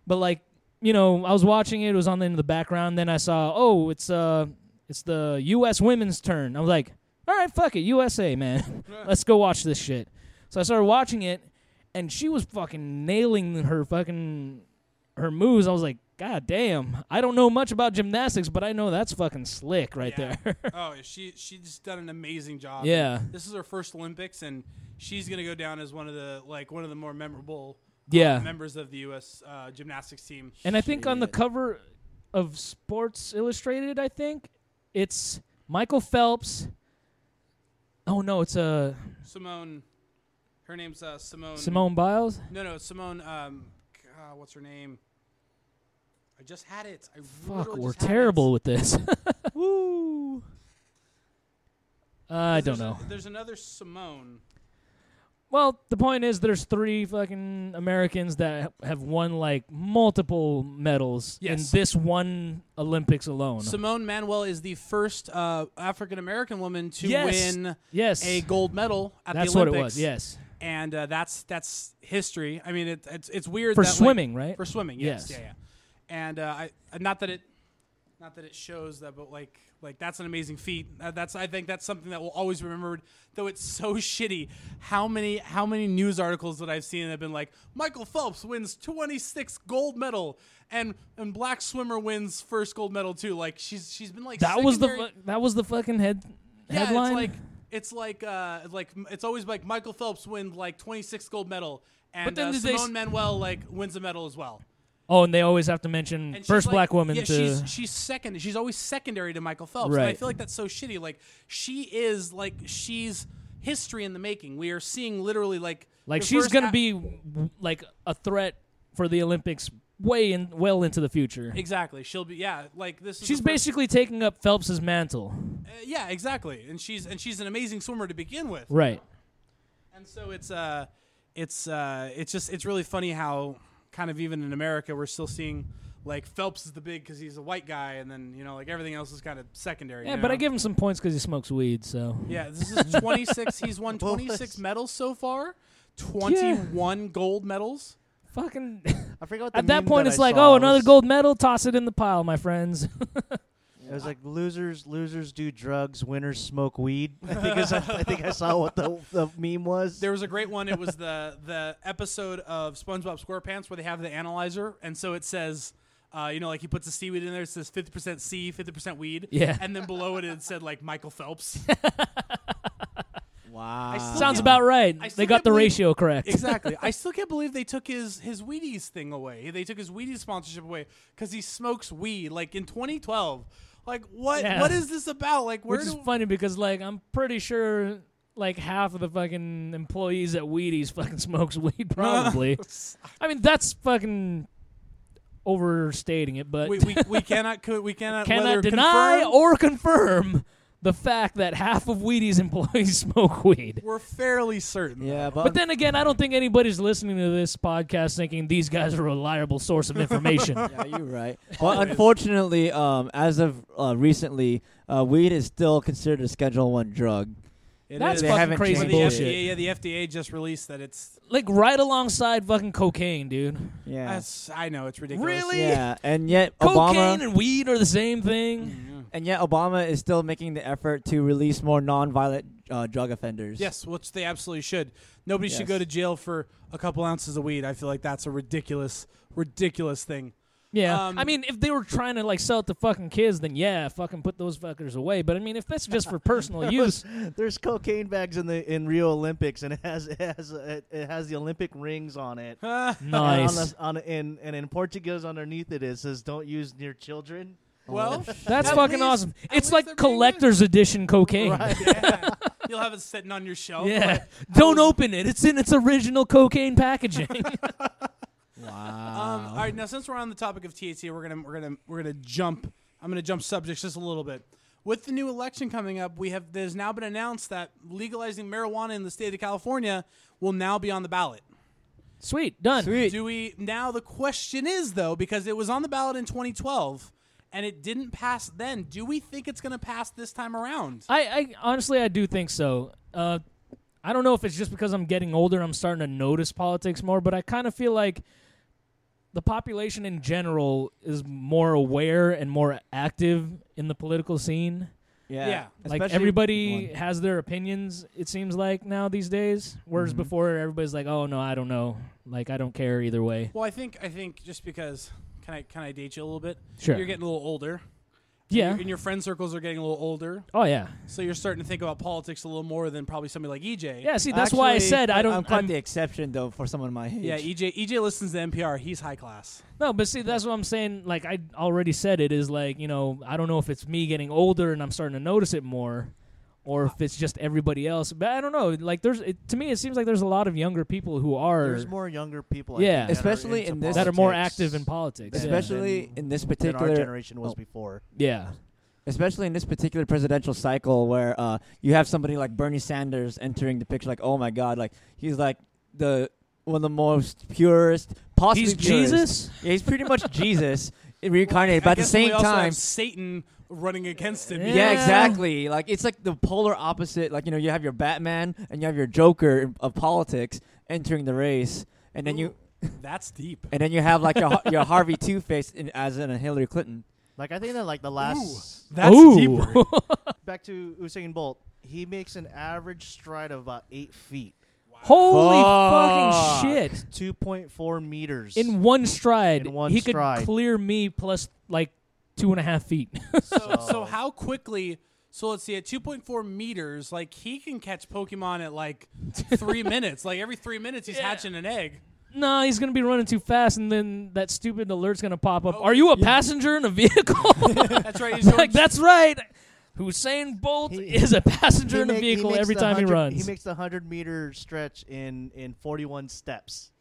[SPEAKER 1] but like, you know, I was watching it. It was on in the background. Then I saw, oh, it's uh, it's the U.S. women's turn. I was like, all right, fuck it, USA, man, let's go watch this shit. So I started watching it, and she was fucking nailing her fucking her moves. I was like, God damn, I don't know much about gymnastics, but I know that's fucking slick right
[SPEAKER 2] Yeah. Um,
[SPEAKER 1] there.
[SPEAKER 2] oh, she she's done an amazing job.
[SPEAKER 1] Yeah.
[SPEAKER 2] this is her first Olympics, and she's gonna go down as one of the like one of the more memorable uh,
[SPEAKER 1] Yeah.
[SPEAKER 2] members of the U.S. Uh, gymnastics team.
[SPEAKER 1] and I think on the
[SPEAKER 5] Shit.
[SPEAKER 1] cover of Sports Illustrated, I think it's Michael Phelps. Oh no, it's uh,
[SPEAKER 2] Simone, her name's uh, Simone.
[SPEAKER 1] Simone Biles.
[SPEAKER 2] No, no, Simone. Um, uh, what's her name? I just had it. I
[SPEAKER 1] Fuck,
[SPEAKER 2] literally
[SPEAKER 1] we're
[SPEAKER 2] just had it.
[SPEAKER 1] terrible with this. Woo. Uh, I don't
[SPEAKER 2] There's
[SPEAKER 1] know.
[SPEAKER 2] a- there's another Simone.
[SPEAKER 1] Well, the point is, there's three fucking Americans that ha- have won like multiple medals
[SPEAKER 2] Yes.
[SPEAKER 1] in this one Olympics alone.
[SPEAKER 2] Simone Manuel is the first uh, African American woman to
[SPEAKER 1] Yes.
[SPEAKER 2] win
[SPEAKER 1] yes,
[SPEAKER 2] a gold medal at
[SPEAKER 1] that's
[SPEAKER 2] the
[SPEAKER 1] what
[SPEAKER 2] Olympics.
[SPEAKER 1] it was. Yes,
[SPEAKER 2] and uh, that's that's history. I mean, it, it's it's weird
[SPEAKER 1] for
[SPEAKER 2] that, like-
[SPEAKER 1] swimming, right?
[SPEAKER 2] for swimming, yes,
[SPEAKER 1] Yes.
[SPEAKER 2] yeah, yeah. And uh, I not that it not that it shows that, but like like that's an amazing feat. Uh, that's I think that's something that will always be remembered. Though it's so shitty. How many how many news articles that I've seen have been like Michael Phelps wins 26th gold medal and and black swimmer wins first gold medal too. Like she's she's been like
[SPEAKER 1] that was the
[SPEAKER 2] secondary-
[SPEAKER 1] fu- that was the fucking head
[SPEAKER 2] yeah,
[SPEAKER 1] headline.
[SPEAKER 2] it's like it's like uh like it's always like Michael Phelps win like 26 gold medal and
[SPEAKER 1] But then
[SPEAKER 2] uh,
[SPEAKER 1] did they
[SPEAKER 2] Simone
[SPEAKER 1] s-
[SPEAKER 2] Manuel like wins a medal as well.
[SPEAKER 1] oh, and they always have to mention
[SPEAKER 2] And she's,
[SPEAKER 1] first
[SPEAKER 2] like-
[SPEAKER 1] black woman
[SPEAKER 2] yeah,
[SPEAKER 1] to.
[SPEAKER 2] she's she's second. She's always secondary to Michael Phelps. And I
[SPEAKER 1] Right.
[SPEAKER 2] feel like that's so shitty. Like she is like she's history in the making. We are seeing literally like
[SPEAKER 1] like
[SPEAKER 2] the
[SPEAKER 1] she's
[SPEAKER 2] first
[SPEAKER 1] gonna
[SPEAKER 2] a-
[SPEAKER 1] be w- like a threat for the Olympics way in well into the future.
[SPEAKER 2] exactly. She'll be yeah. Like this. Is
[SPEAKER 1] She's
[SPEAKER 2] the first-
[SPEAKER 1] basically taking up Phelps's mantle.
[SPEAKER 2] uh, yeah exactly. And she's and she's an amazing swimmer to begin with.
[SPEAKER 1] Right.
[SPEAKER 2] And so it's uh it's uh it's just it's really funny how kind of even in America we're still seeing like Phelps is the big because he's a white guy, and then you know like everything else is kind of secondary.
[SPEAKER 1] Yeah,
[SPEAKER 2] you
[SPEAKER 1] but I
[SPEAKER 2] know?
[SPEAKER 1] give him some points because he smokes weed. So
[SPEAKER 2] yeah this is 26. he's won
[SPEAKER 4] Well,
[SPEAKER 2] 26
[SPEAKER 4] that's-
[SPEAKER 2] medals so far, 21 gold medals.
[SPEAKER 1] fucking.
[SPEAKER 4] I forgot what the
[SPEAKER 1] At that
[SPEAKER 4] meme
[SPEAKER 1] point,
[SPEAKER 4] that
[SPEAKER 1] it's
[SPEAKER 4] I
[SPEAKER 1] like,
[SPEAKER 4] saw
[SPEAKER 1] oh, another
[SPEAKER 4] was-
[SPEAKER 1] gold medal. Toss it in the pile, my friends.
[SPEAKER 4] It was like losers, losers do drugs, winners smoke weed. I think is, I think I saw what the, the meme was.
[SPEAKER 2] There was a great one. It was the the episode of SpongeBob SquarePants where they have the analyzer, and so it says. Uh, you know, like he puts the seaweed in there. It says fifty percent sea, fifty percent weed.
[SPEAKER 1] Yeah.
[SPEAKER 2] And then below it, it said like Michael Phelps.
[SPEAKER 5] Wow.
[SPEAKER 2] still
[SPEAKER 1] Sounds
[SPEAKER 2] Yeah.
[SPEAKER 1] about right.
[SPEAKER 2] I still
[SPEAKER 1] They got
[SPEAKER 2] can't
[SPEAKER 1] the
[SPEAKER 2] believe-
[SPEAKER 1] ratio correct.
[SPEAKER 2] Exactly. I still can't believe they took his his Wheaties thing away. They took his Wheaties sponsorship away because he smokes weed. Like in 2012. Like what?
[SPEAKER 1] Yeah.
[SPEAKER 2] What is this about? Like where
[SPEAKER 1] Which is
[SPEAKER 2] do?
[SPEAKER 1] funny because, like, I'm pretty sure like half of the fucking employees at Wheaties fucking smokes weed. Probably.
[SPEAKER 2] Oh,
[SPEAKER 1] I mean, that's fucking overstating it, but
[SPEAKER 2] we, we, we cannot co- we cannot whether
[SPEAKER 1] cannot deny
[SPEAKER 2] confirm-
[SPEAKER 1] or confirm the fact that half of Wheaties employees smoke weed.
[SPEAKER 2] we're fairly certain.
[SPEAKER 5] Yeah, but,
[SPEAKER 1] But then again, I don't think anybody's listening to this podcast thinking these guys are a reliable source of information.
[SPEAKER 5] yeah, you're right. But unfortunately, um, as of uh, recently, uh, weed is still considered a Schedule One drug.
[SPEAKER 2] It
[SPEAKER 1] That's
[SPEAKER 2] is.
[SPEAKER 5] They
[SPEAKER 1] fucking
[SPEAKER 5] haven't
[SPEAKER 1] crazy
[SPEAKER 2] But
[SPEAKER 5] changed
[SPEAKER 2] the
[SPEAKER 1] bullshit.
[SPEAKER 2] FDA, yeah, the FDA just released that it's.
[SPEAKER 1] like right alongside fucking cocaine, dude.
[SPEAKER 5] Yeah.
[SPEAKER 2] that's- I know it's ridiculous.
[SPEAKER 1] Really?
[SPEAKER 5] yeah, and yet Obama
[SPEAKER 1] Cocaine and weed are the same
[SPEAKER 2] Mm-hmm.
[SPEAKER 1] thing.
[SPEAKER 5] and yet Obama is still making the effort to release more non-violent uh, drug offenders.
[SPEAKER 2] Yes, which they absolutely should. Nobody should
[SPEAKER 5] Yes.
[SPEAKER 2] go to jail for a couple ounces of weed. I feel like that's a ridiculous, ridiculous thing.
[SPEAKER 1] Yeah,
[SPEAKER 2] Um,
[SPEAKER 1] I mean, if they were trying to like sell it to fucking kids, then yeah, fucking put those fuckers away. But I mean, if that's just for personal use,
[SPEAKER 4] There's cocaine bags in the in Rio Olympics, and it has it has it, it has the Olympic rings on it. And on
[SPEAKER 1] nice.
[SPEAKER 4] the, on, in, and in Portuguese underneath it, it says "Don't use near children."
[SPEAKER 5] Oh.
[SPEAKER 2] Well,
[SPEAKER 1] That's
[SPEAKER 2] at
[SPEAKER 1] fucking
[SPEAKER 2] least-
[SPEAKER 1] awesome.
[SPEAKER 2] at
[SPEAKER 1] It's
[SPEAKER 2] least they're
[SPEAKER 1] like
[SPEAKER 2] being
[SPEAKER 1] collector's edition cocaine.
[SPEAKER 2] good. Yeah. You'll have it sitting on your shelf.
[SPEAKER 1] Yeah,
[SPEAKER 2] like,
[SPEAKER 1] don't open it. It's in its original cocaine packaging. Wow.
[SPEAKER 2] Um, all right, now since we're on the topic of THC, we're gonna we're gonna we're gonna jump. I'm gonna jump subjects just a little bit. With the new election coming up, we have there's now been announced that legalizing marijuana in the state of California will now be on the ballot.
[SPEAKER 1] Sweet. Done.
[SPEAKER 5] Sweet.
[SPEAKER 2] Do we now? The question is though, because it was on the ballot in 2012 and it didn't pass then. Do we think it's gonna pass this time around?
[SPEAKER 1] I, I honestly I do think so. Uh, I don't know if it's just because I'm getting older, I'm starting to notice politics more, but I kind of feel like the population in general is more aware and more active in the political scene.
[SPEAKER 5] Yeah.
[SPEAKER 2] Yeah.
[SPEAKER 1] like
[SPEAKER 5] Especially-
[SPEAKER 1] everybody
[SPEAKER 5] One.
[SPEAKER 1] has their opinions. It seems like now these days,
[SPEAKER 5] Mm-hmm.
[SPEAKER 1] whereas before everybody's like, "Oh no, I don't know. Like I don't care either way."
[SPEAKER 2] Well, I think I think just because can I can I date you a little bit?
[SPEAKER 1] Sure.
[SPEAKER 2] You're getting a little older.
[SPEAKER 1] Yeah.
[SPEAKER 2] And your friend circles are getting a little older.
[SPEAKER 1] Oh yeah.
[SPEAKER 2] So you're starting to think about politics a little more than probably somebody like E EJ.
[SPEAKER 1] Yeah. See, that's why I
[SPEAKER 5] Actually,
[SPEAKER 1] said I don't.
[SPEAKER 5] I'm quite
[SPEAKER 1] I'm-
[SPEAKER 5] the exception though for someone my age.
[SPEAKER 2] Yeah, E EJ EJ listens to NPR. He's high class.
[SPEAKER 1] No, but see, that's what I'm saying. Like I already said, it is like you know, I don't know if it's me getting older and I'm starting to notice it more, or if it's just everybody else. But I don't know. Like there's it, to me, it seems like there's a lot of younger people who are
[SPEAKER 4] There's more younger people. I
[SPEAKER 1] Yeah.
[SPEAKER 4] think, that are
[SPEAKER 5] Especially
[SPEAKER 4] into
[SPEAKER 5] in this-
[SPEAKER 1] that are more
[SPEAKER 4] politics
[SPEAKER 1] active in politics. yeah.
[SPEAKER 5] Especially in this
[SPEAKER 4] than our
[SPEAKER 5] particular
[SPEAKER 4] generation was
[SPEAKER 5] oh.
[SPEAKER 4] before.
[SPEAKER 1] yeah.
[SPEAKER 5] especially in this particular presidential cycle where uh, you have somebody like Bernie Sanders entering the picture, like, oh my God, like he's like the one of the most purest, possibly
[SPEAKER 1] He's
[SPEAKER 5] purest.
[SPEAKER 1] Jesus.
[SPEAKER 5] Yeah, he's pretty much Jesus reincarnated, but
[SPEAKER 2] I
[SPEAKER 5] at the
[SPEAKER 2] guess we
[SPEAKER 5] same
[SPEAKER 2] also have
[SPEAKER 5] time.
[SPEAKER 2] Satan running against him.
[SPEAKER 1] Yeah.
[SPEAKER 5] Yeah. exactly. Like it's like the polar opposite. Like you know, you have your Batman and you have your Joker of politics entering the race, and then you
[SPEAKER 2] That's deep.
[SPEAKER 5] and then you have like your, your Harvey Two Face in, as in a Hillary Clinton.
[SPEAKER 4] Like I think that like the last
[SPEAKER 2] That's
[SPEAKER 1] Ooh.
[SPEAKER 2] deeper.
[SPEAKER 4] back to Usain Bolt, he makes an average stride of about eight feet,
[SPEAKER 1] Holy
[SPEAKER 5] Fuck.
[SPEAKER 1] fucking shit!
[SPEAKER 4] two point four meters.
[SPEAKER 1] In one stride,
[SPEAKER 4] In one
[SPEAKER 1] he could
[SPEAKER 4] stride.
[SPEAKER 1] clear me plus like two and a half feet.
[SPEAKER 2] So, so how quickly? So let's see. At 2.4 meters, like he can catch Pokemon at like three minutes. Like every three minutes, he's
[SPEAKER 1] Yeah.
[SPEAKER 2] hatching an egg.
[SPEAKER 1] nah, he's gonna be running too fast, and then that stupid alert's gonna pop
[SPEAKER 4] Oh,
[SPEAKER 1] up. Are you a passenger in a vehicle?
[SPEAKER 2] That's right. He's
[SPEAKER 1] like
[SPEAKER 2] going-
[SPEAKER 1] that's right. Hussein Bolt
[SPEAKER 4] He-
[SPEAKER 1] is a passenger
[SPEAKER 4] He
[SPEAKER 1] in a
[SPEAKER 4] make- he
[SPEAKER 1] vehicle
[SPEAKER 4] makes
[SPEAKER 1] every
[SPEAKER 4] the
[SPEAKER 1] time he
[SPEAKER 4] 100
[SPEAKER 1] runs.
[SPEAKER 4] He makes the hundred meter stretch in in forty one steps.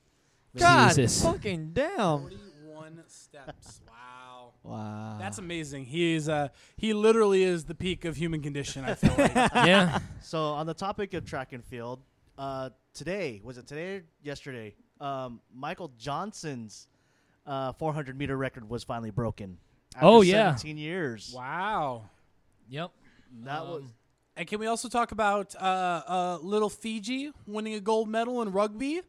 [SPEAKER 5] God,
[SPEAKER 1] Jesus.
[SPEAKER 5] fucking damn!
[SPEAKER 2] 41 steps. Wow.
[SPEAKER 5] Wow.
[SPEAKER 2] That's amazing. He's uh he literally is the peak of human condition. I feel like.
[SPEAKER 1] yeah.
[SPEAKER 4] So on the topic of track and field, uh, today was it today or yesterday? Um, Michael Johnson's uh, 400 meter record was finally broken. After
[SPEAKER 1] Oh, yeah.
[SPEAKER 4] 17 years.
[SPEAKER 2] wow.
[SPEAKER 1] Yep.
[SPEAKER 4] That was
[SPEAKER 1] Um,
[SPEAKER 2] And can we also talk about uh, uh, little Fiji winning a gold medal in rugby?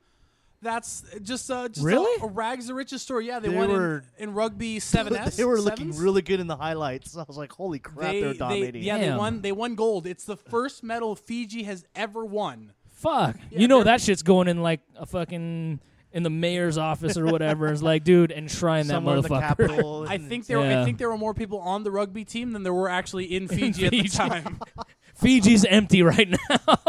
[SPEAKER 2] That's just uh, just a-
[SPEAKER 1] Really?
[SPEAKER 2] a, rags to riches story. Yeah, they,
[SPEAKER 4] They
[SPEAKER 2] won
[SPEAKER 4] were-
[SPEAKER 2] in, in rugby seven S.
[SPEAKER 4] they were looking really good in the highlights. I was like, holy crap,
[SPEAKER 2] They,
[SPEAKER 4] they, are
[SPEAKER 2] they,
[SPEAKER 4] dominating.
[SPEAKER 2] yeah, they
[SPEAKER 1] Damn.
[SPEAKER 2] won. They won gold. It's the first medal Fiji has ever won.
[SPEAKER 1] Fuck.
[SPEAKER 2] Yeah,
[SPEAKER 1] you know
[SPEAKER 2] they're-
[SPEAKER 1] that shit's going in like a fucking in the mayor's office or whatever. It's like, dude, enshrine that
[SPEAKER 4] Somewhere in the
[SPEAKER 1] motherfucker.
[SPEAKER 4] capital.
[SPEAKER 2] I
[SPEAKER 4] and-
[SPEAKER 2] think there.
[SPEAKER 1] Yeah.
[SPEAKER 2] I think there were more people on the rugby team than there were actually in Fiji, at the
[SPEAKER 1] Fiji.
[SPEAKER 2] time.
[SPEAKER 1] Fiji's empty right now.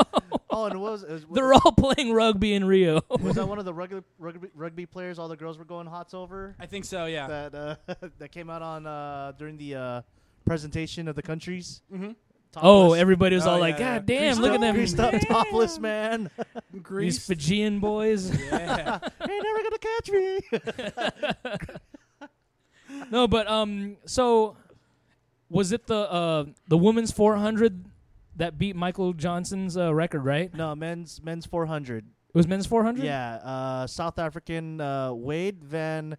[SPEAKER 4] Oh, and what was, it was,
[SPEAKER 1] They're all playing rugby in Rio. Oh,
[SPEAKER 4] was that one of the rugby, rugby rugby players? All the girls were going hots over
[SPEAKER 2] I think so. Yeah.
[SPEAKER 4] that uh, that came out on uh, during the uh, presentation of the countries.
[SPEAKER 2] Mhm.
[SPEAKER 1] oh,
[SPEAKER 4] Topless.
[SPEAKER 1] everybody was
[SPEAKER 2] Oh,
[SPEAKER 1] all
[SPEAKER 2] yeah,
[SPEAKER 1] like,
[SPEAKER 2] yeah.
[SPEAKER 1] God damn, look at them.
[SPEAKER 4] Greased up topless man.
[SPEAKER 1] These
[SPEAKER 2] Greece.
[SPEAKER 1] Fijian boys.
[SPEAKER 2] yeah.
[SPEAKER 4] You're never gonna catch me.
[SPEAKER 1] no, but um, so was it the uh the women's 400 that beat Michael Johnson's uh, record, right?
[SPEAKER 4] no, men's men's 400.
[SPEAKER 1] It was men's 400?
[SPEAKER 4] Yeah, uh, South African uh, Wade van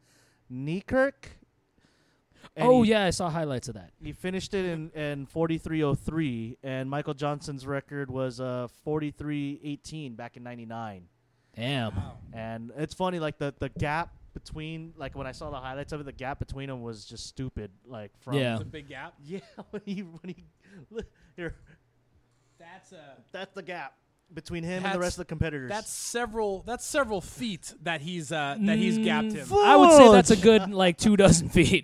[SPEAKER 4] Niekerk. and
[SPEAKER 1] oh,
[SPEAKER 4] he,
[SPEAKER 1] yeah, I saw highlights of that.
[SPEAKER 4] He finished it in in 43:03, and Michael Johnson's record was uh 43:18 back in '99.
[SPEAKER 1] Damn.
[SPEAKER 4] And it's funny, like the the gap between, like when I saw the highlights of it, the gap between them was just stupid. Like from
[SPEAKER 1] Yeah.
[SPEAKER 2] It's a big gap.
[SPEAKER 4] yeah, when he when he here
[SPEAKER 2] That's a.
[SPEAKER 4] that's the gap between him and the
[SPEAKER 2] That's-
[SPEAKER 4] rest of the competitors.
[SPEAKER 2] That's several. That's several feet that he's uh, that he's gapped him.
[SPEAKER 5] fuck.
[SPEAKER 1] I would say that's a good like two dozen feet.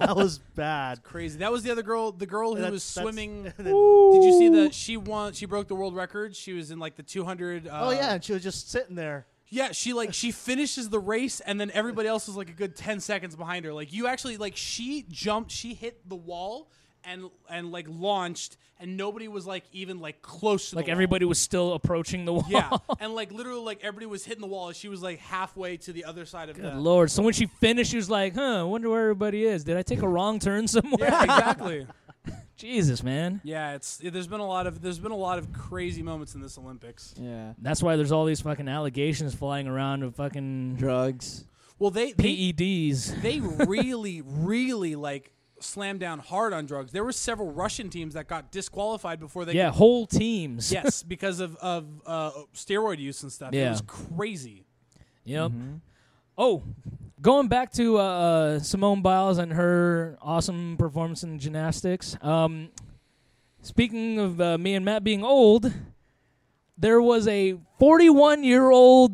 [SPEAKER 4] that was bad.
[SPEAKER 2] Crazy. That was the other girl. The girl who
[SPEAKER 4] That's-
[SPEAKER 2] was
[SPEAKER 4] that's-
[SPEAKER 2] swimming.
[SPEAKER 4] and
[SPEAKER 2] Did
[SPEAKER 4] then-
[SPEAKER 2] you see that she won? She broke the world record. She was in like the 200. Uh,
[SPEAKER 4] oh yeah, and she was just sitting there.
[SPEAKER 2] Yeah. She like she finishes the race, and then everybody else is like a good 10 seconds behind her. Like you actually like she jumped. She hit the wall. and and like launched, and nobody was like even like close to
[SPEAKER 1] Like
[SPEAKER 2] the wall.
[SPEAKER 1] everybody was still approaching the wall.
[SPEAKER 2] Yeah, and like literally, like everybody was hitting the wall. and She was like halfway to the other side of
[SPEAKER 1] Good
[SPEAKER 2] the.
[SPEAKER 1] lord. So when she finished, she was like, huh, I wonder where everybody is. Did I take a wrong turn somewhere?
[SPEAKER 2] Yeah, exactly.
[SPEAKER 1] Jesus, man.
[SPEAKER 2] yeah, it's yeah, there's been a lot of there's been a lot of crazy moments in this Olympics.
[SPEAKER 5] Yeah.
[SPEAKER 1] That's why there's all these fucking allegations flying around of fucking
[SPEAKER 5] Drugs.
[SPEAKER 2] Well, they
[SPEAKER 1] E.
[SPEAKER 2] they,
[SPEAKER 1] PEDs.
[SPEAKER 2] they really really like slammed down hard on drugs. There were several Russian teams that got disqualified before they
[SPEAKER 1] Yeah,
[SPEAKER 2] could-
[SPEAKER 1] whole teams.
[SPEAKER 2] yes because of of uh, steroid use and stuff. It
[SPEAKER 1] Yeah.
[SPEAKER 2] was crazy.
[SPEAKER 1] Yep.
[SPEAKER 5] Mm-hmm.
[SPEAKER 1] Oh, going back to uh, uh, Simone Biles and her awesome performance in gymnastics. Um, speaking of uh, me and Matt being old, there was a 41 year old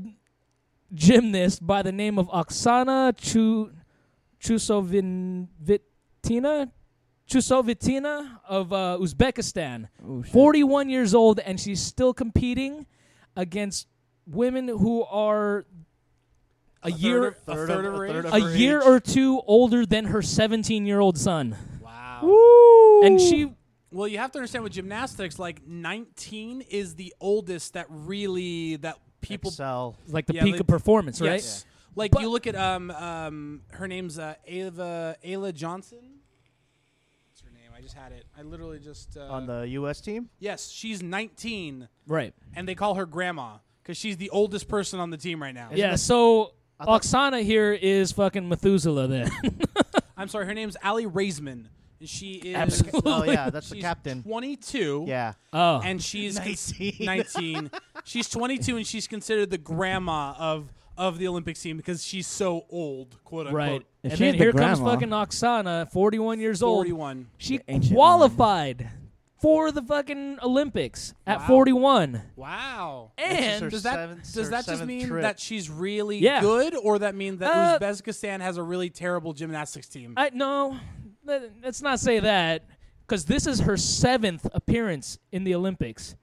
[SPEAKER 1] gymnast by the name of Oksana Chu- Chusovitina. Chusovitina of uh, Uzbekistan,
[SPEAKER 5] Ooh, shit.
[SPEAKER 1] 41 years old, and she's still competing against women who are a, year
[SPEAKER 2] third of, a third of, her
[SPEAKER 4] a third
[SPEAKER 2] age?
[SPEAKER 4] of
[SPEAKER 1] a
[SPEAKER 4] her age.
[SPEAKER 1] year or two older than her 17 year old son.
[SPEAKER 2] Wow.
[SPEAKER 1] And she,
[SPEAKER 2] Well, you have to understand with gymnastics, like 19 is the oldest that really that people.
[SPEAKER 4] Excel.
[SPEAKER 1] like the
[SPEAKER 2] Yeah,
[SPEAKER 1] peak
[SPEAKER 2] like-
[SPEAKER 1] of performance, right?
[SPEAKER 2] Yes. Like
[SPEAKER 1] But-
[SPEAKER 2] you look at um um her name's uh, Ava Ayla Johnson. What's her name? I just had it. I literally just uh,
[SPEAKER 4] on the U.S. team.
[SPEAKER 2] yes. She's 19,
[SPEAKER 1] Right.
[SPEAKER 2] and they call her grandma because she's the oldest person on the team right now.
[SPEAKER 1] yeah, so
[SPEAKER 4] thought-
[SPEAKER 1] Oksana here is fucking Methuselah then.
[SPEAKER 2] I'm sorry. Her name's Ali Raisman, and she is
[SPEAKER 1] Absolutely.
[SPEAKER 4] Oh yeah, that's the
[SPEAKER 2] she's
[SPEAKER 4] captain.
[SPEAKER 2] 22.
[SPEAKER 4] Yeah,
[SPEAKER 1] oh.
[SPEAKER 2] and she's cons-
[SPEAKER 4] 19.
[SPEAKER 2] 19. she's 22 and she's considered the grandma of of the Olympic team because she's so old, quote unquote.
[SPEAKER 1] right. And
[SPEAKER 5] If she's
[SPEAKER 1] then
[SPEAKER 5] the
[SPEAKER 1] here comes
[SPEAKER 5] grandma-
[SPEAKER 1] fucking Oksana, 41 years old.
[SPEAKER 2] 41.
[SPEAKER 1] She
[SPEAKER 5] The ancient
[SPEAKER 1] qualified for the fucking Olympics at
[SPEAKER 2] Wow.
[SPEAKER 1] 41.
[SPEAKER 2] Wow.
[SPEAKER 4] This is her
[SPEAKER 1] And
[SPEAKER 2] Does that
[SPEAKER 4] seventh- her
[SPEAKER 2] does that just
[SPEAKER 4] seventh
[SPEAKER 2] mean
[SPEAKER 4] trip.
[SPEAKER 2] that she's really
[SPEAKER 1] Yeah.
[SPEAKER 2] good, or that mean
[SPEAKER 1] Uh,
[SPEAKER 2] that Uzbekistan has a really terrible gymnastics team?
[SPEAKER 1] I no, let- let's not say that because this is her seventh appearance in the Olympics.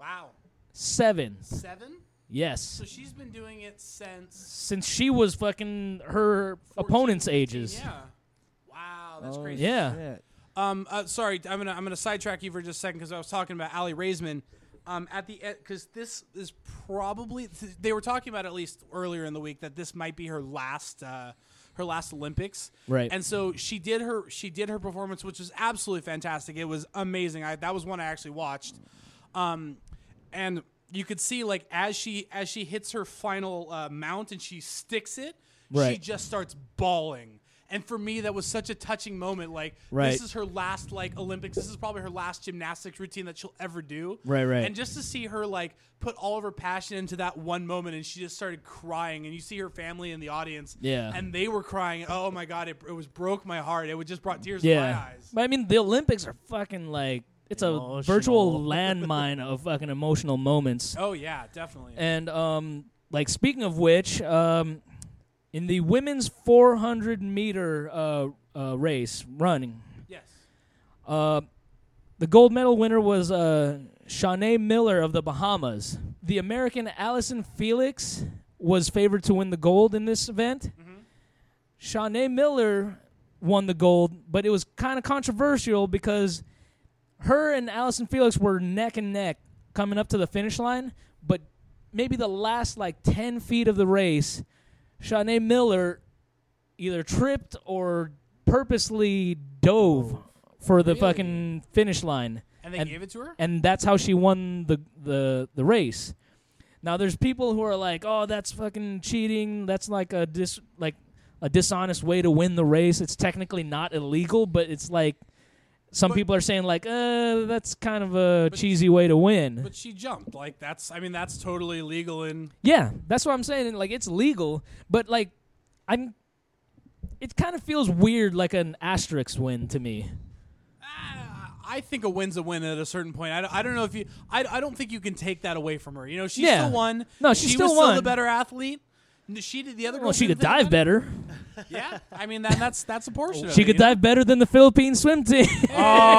[SPEAKER 2] wow,
[SPEAKER 1] Seven,
[SPEAKER 2] seven.
[SPEAKER 1] yes,
[SPEAKER 2] So she's been doing it since
[SPEAKER 1] since she was fucking her
[SPEAKER 2] 14,
[SPEAKER 1] opponent's
[SPEAKER 2] 15,
[SPEAKER 1] ages.
[SPEAKER 2] Yeah. Wow, that's
[SPEAKER 5] Oh,
[SPEAKER 2] crazy.
[SPEAKER 1] Yeah.
[SPEAKER 5] shit.
[SPEAKER 2] Um, uh, sorry, I'm gonna I'm gonna sidetrack you for just a second because I was talking about Ali Raisman. Um, at the end, because this is probably th- they were talking about at least earlier in the week that this might be her last uh, her last Olympics.
[SPEAKER 1] Right.
[SPEAKER 2] And so she did her she did her performance, which was absolutely fantastic. It was amazing. I that was one I actually watched. Um, and you could see like as she as she hits her final uh, mount and she sticks it, she
[SPEAKER 1] Right.
[SPEAKER 2] just starts bawling. And for me, that was such a touching moment. Like
[SPEAKER 1] Right.
[SPEAKER 2] this is her last like Olympics. This is probably her last gymnastics routine that she'll ever do.
[SPEAKER 1] Right, right.
[SPEAKER 2] And just to see her like put all of her passion into that one moment, and she just started crying. And you see her family in the audience.
[SPEAKER 1] Yeah.
[SPEAKER 2] And they were crying. Oh my god, it, it was broke my heart. It would just brought tears to my
[SPEAKER 1] Yeah,
[SPEAKER 2] eyes.
[SPEAKER 1] but I mean the Olympics are fucking like it's a virtual landmine of fucking emotional moments.
[SPEAKER 2] Oh yeah, definitely.
[SPEAKER 1] And um, like speaking of which, um, in the women's 400 meter uh, uh race running,
[SPEAKER 2] yes.
[SPEAKER 1] Uh, the gold medal winner was uh, Shawnee Miller of the Bahamas. The American Allison Felix was favored to win the gold in this event. Shawnee Miller won the gold, but it was kind of controversial because her and Allison Felix were neck and neck coming up to the finish line, but maybe the last like 10 feet of the race, Shawnee Miller either tripped or purposely dove for the
[SPEAKER 2] Really?
[SPEAKER 1] fucking finish line
[SPEAKER 2] And they
[SPEAKER 1] and-
[SPEAKER 2] gave it to her.
[SPEAKER 1] and that's how she won the the the race. Now there's people who are like, "Oh, that's fucking cheating. That's like a dis like a dishonest way to win the race. It's technically not illegal, but it's like some
[SPEAKER 2] But-
[SPEAKER 1] people are saying like, "Uh, that's kind of a
[SPEAKER 2] But-
[SPEAKER 1] cheesy way to win."
[SPEAKER 2] but she jumped. Like that's. I mean, that's totally legal in
[SPEAKER 1] yeah, that's what I'm saying. Like it's legal, but like I'm it kind of feels weird like an asterisk win to me.
[SPEAKER 2] I think a win's a win at a certain point. I, don't- I don't know if you. I, I don't think you can take that away from her. You know, she
[SPEAKER 1] Yeah.
[SPEAKER 2] still won.
[SPEAKER 1] No, she
[SPEAKER 2] was
[SPEAKER 1] still
[SPEAKER 2] the
[SPEAKER 1] won.
[SPEAKER 2] better athlete. N- She did the other.
[SPEAKER 1] Well,
[SPEAKER 2] girl
[SPEAKER 1] she
[SPEAKER 2] didn't
[SPEAKER 1] could
[SPEAKER 2] think
[SPEAKER 1] dive
[SPEAKER 2] about
[SPEAKER 1] better.
[SPEAKER 2] it. Yeah, I mean that, that's that's a portion.
[SPEAKER 1] She
[SPEAKER 2] of it,
[SPEAKER 1] could
[SPEAKER 2] you know?
[SPEAKER 1] dive better than the Philippine swim team.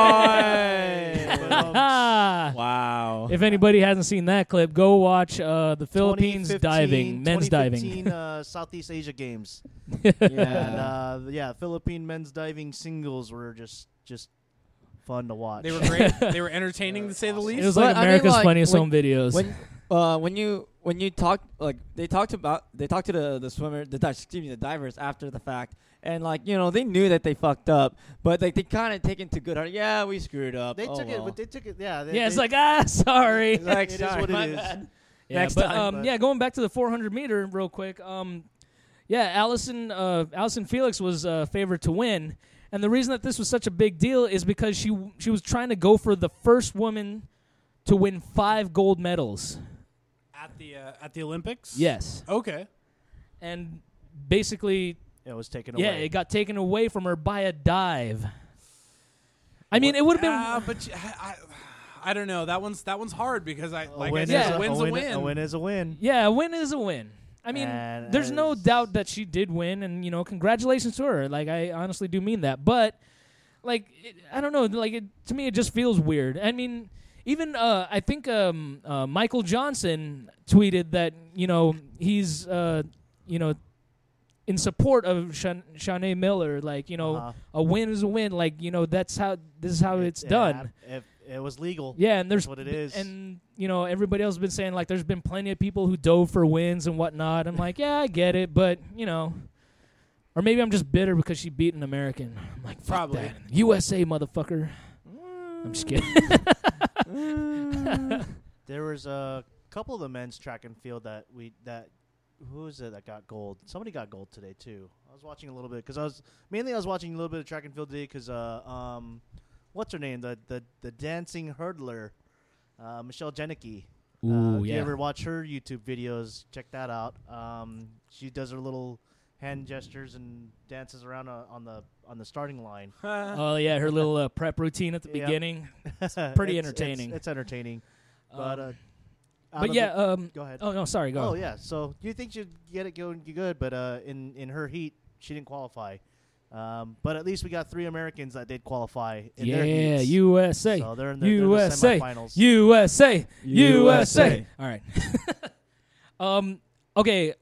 [SPEAKER 4] But, um,
[SPEAKER 1] Ah.
[SPEAKER 5] Wow.
[SPEAKER 1] If anybody hasn't seen that clip, go watch uh, the Philippines
[SPEAKER 4] 2015
[SPEAKER 1] diving, men's diving.
[SPEAKER 4] 2015, uh, Southeast Asia Games.
[SPEAKER 5] yeah.
[SPEAKER 4] And uh, yeah, Philippine men's diving singles were just just fun to watch.
[SPEAKER 2] They were great. they were entertaining to say the least.
[SPEAKER 1] It was
[SPEAKER 5] But
[SPEAKER 1] like
[SPEAKER 5] I mean,
[SPEAKER 1] America's
[SPEAKER 5] like,
[SPEAKER 1] funniest
[SPEAKER 5] when-
[SPEAKER 1] home videos.
[SPEAKER 5] when uh when you when you talk like they talked about they talked to the the swimmer the di- excuse me the divers after the fact and like you know they knew that they fucked up but like they kind of take into good heart yeah we screwed up
[SPEAKER 4] They
[SPEAKER 5] Oh,
[SPEAKER 4] took it,
[SPEAKER 5] well.
[SPEAKER 4] but they took it. Yeah, they,
[SPEAKER 1] yeah, it's
[SPEAKER 4] they-
[SPEAKER 1] like ah, sorry.
[SPEAKER 5] It's like,
[SPEAKER 4] it is
[SPEAKER 5] sorry,
[SPEAKER 4] what
[SPEAKER 5] my
[SPEAKER 4] it is.
[SPEAKER 5] bad.
[SPEAKER 1] Yeah,
[SPEAKER 5] next
[SPEAKER 1] but,
[SPEAKER 5] time,
[SPEAKER 1] um,
[SPEAKER 4] but-
[SPEAKER 1] yeah, going back to the 400 meter real quick. Um, yeah, Allison, uh, Allison Felix was uh, favored to win, and the reason that this was such a big deal is because she she was trying to go for the first woman to win five gold medals.
[SPEAKER 2] at the uh, at the Olympics.
[SPEAKER 1] Yes,
[SPEAKER 2] Okay.
[SPEAKER 1] and basically,
[SPEAKER 4] It was taken
[SPEAKER 1] yeah,
[SPEAKER 4] away.
[SPEAKER 1] it got taken away from her by a dive. I mean, it would have been
[SPEAKER 2] Ah, but you- I, I, I don't know. That one's that one's hard because I
[SPEAKER 4] A
[SPEAKER 2] like I
[SPEAKER 4] win,
[SPEAKER 2] said,
[SPEAKER 1] yeah.
[SPEAKER 4] is a,
[SPEAKER 2] wins
[SPEAKER 4] a,
[SPEAKER 2] a
[SPEAKER 4] win, a win is a win.
[SPEAKER 1] Yeah, a win is a win. I mean,
[SPEAKER 4] And
[SPEAKER 1] there's no
[SPEAKER 4] as-
[SPEAKER 1] doubt that she did win, and you know, congratulations to her. Like, I honestly do mean that, but like, it, I don't know. Like, it, to me, it just feels weird. I mean, even uh, I think um, uh, Michael Johnson tweeted that you know he's uh, you know in support of Shan- Shanae Miller. Like, you know,
[SPEAKER 4] Uh-huh.
[SPEAKER 1] a win is a win. Like, you know, that's how this is how it's
[SPEAKER 4] Yeah,
[SPEAKER 1] done.
[SPEAKER 4] If it was legal.
[SPEAKER 1] Yeah, and there's
[SPEAKER 4] That's what it is.
[SPEAKER 1] and you know everybody else has been saying like there's been plenty of people who dove for wins and whatnot. I'm like, yeah, I get it, but you know, or maybe I'm just bitter because she beat an American. I'm like, fuck
[SPEAKER 2] Probably.
[SPEAKER 1] that. USA motherfucker. I'm just kidding.
[SPEAKER 4] There was a couple of the men's track and field that we that who is it that got gold? Somebody got gold today too. I was watching a little bit because I was mainly I was watching a little bit of track and field today because uh um what's her name the the the dancing hurdler uh, Michelle Jenicky. uh,
[SPEAKER 1] Ooh,
[SPEAKER 4] if
[SPEAKER 1] yeah.
[SPEAKER 4] you ever watch her YouTube videos, check that out. Um, she does her little hand gestures and dances around uh, on the on the starting line.
[SPEAKER 1] oh yeah, her little uh, prep routine at the
[SPEAKER 4] Yep.
[SPEAKER 1] beginning.
[SPEAKER 4] It's- it's-
[SPEAKER 1] entertaining.
[SPEAKER 4] It's, entertaining, but uh,
[SPEAKER 1] Um,
[SPEAKER 4] out of
[SPEAKER 1] but
[SPEAKER 4] the-
[SPEAKER 1] yeah, um,
[SPEAKER 4] go ahead.
[SPEAKER 1] oh no, sorry, go.
[SPEAKER 4] Oh yeah. So you think she'd get it going good, but uh, in in her heat, she didn't qualify. Um, but at least we got three Americans that did qualify. In their
[SPEAKER 1] yeah,
[SPEAKER 4] heats.
[SPEAKER 1] USA,
[SPEAKER 4] So they're in the, they're in the
[SPEAKER 1] USA,
[SPEAKER 4] semifinals.
[SPEAKER 1] USA, USA.
[SPEAKER 5] USA.
[SPEAKER 1] All right. um. Okay.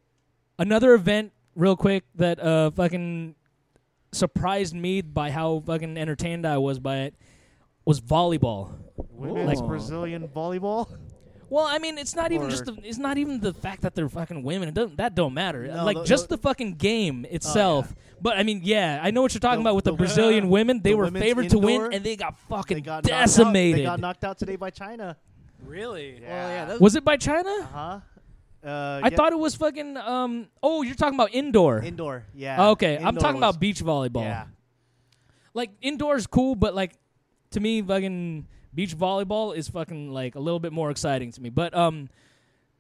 [SPEAKER 1] Another event, real quick, that uh fucking surprised me by how fucking entertained I was by it was volleyball.
[SPEAKER 4] Women's
[SPEAKER 5] Ooh.
[SPEAKER 4] Brazilian volleyball.
[SPEAKER 1] Well, I mean, it's not even just
[SPEAKER 4] Or-
[SPEAKER 1] the, it's not even the fact that they're fucking women. It doesn't that don't matter.
[SPEAKER 4] No,
[SPEAKER 1] like
[SPEAKER 4] the-
[SPEAKER 1] just
[SPEAKER 4] the- Oh,
[SPEAKER 1] the fucking game itself. But I mean, yeah, I know what you're talking
[SPEAKER 4] The-
[SPEAKER 1] about with the,
[SPEAKER 4] the-
[SPEAKER 1] Brazilian women. They
[SPEAKER 4] the
[SPEAKER 1] were
[SPEAKER 4] women's
[SPEAKER 1] favored to
[SPEAKER 4] indoor,
[SPEAKER 1] win, and they got fucking
[SPEAKER 4] They got
[SPEAKER 1] decimated.
[SPEAKER 4] Knocked out. They got knocked out today by China.
[SPEAKER 2] Really?
[SPEAKER 5] Well, yeah, that was,
[SPEAKER 1] was it by China?
[SPEAKER 4] Uh-huh. Uh
[SPEAKER 1] I thought it was fucking. Um. Oh, you're talking about indoor. Oh,
[SPEAKER 4] indoor. Yeah.
[SPEAKER 1] okay, I'm
[SPEAKER 4] Indoor
[SPEAKER 1] talking
[SPEAKER 4] was-
[SPEAKER 1] about beach volleyball.
[SPEAKER 4] Yeah.
[SPEAKER 1] Like indoors, cool, but like to me, fucking beach volleyball is fucking like a little bit more exciting to me. But um,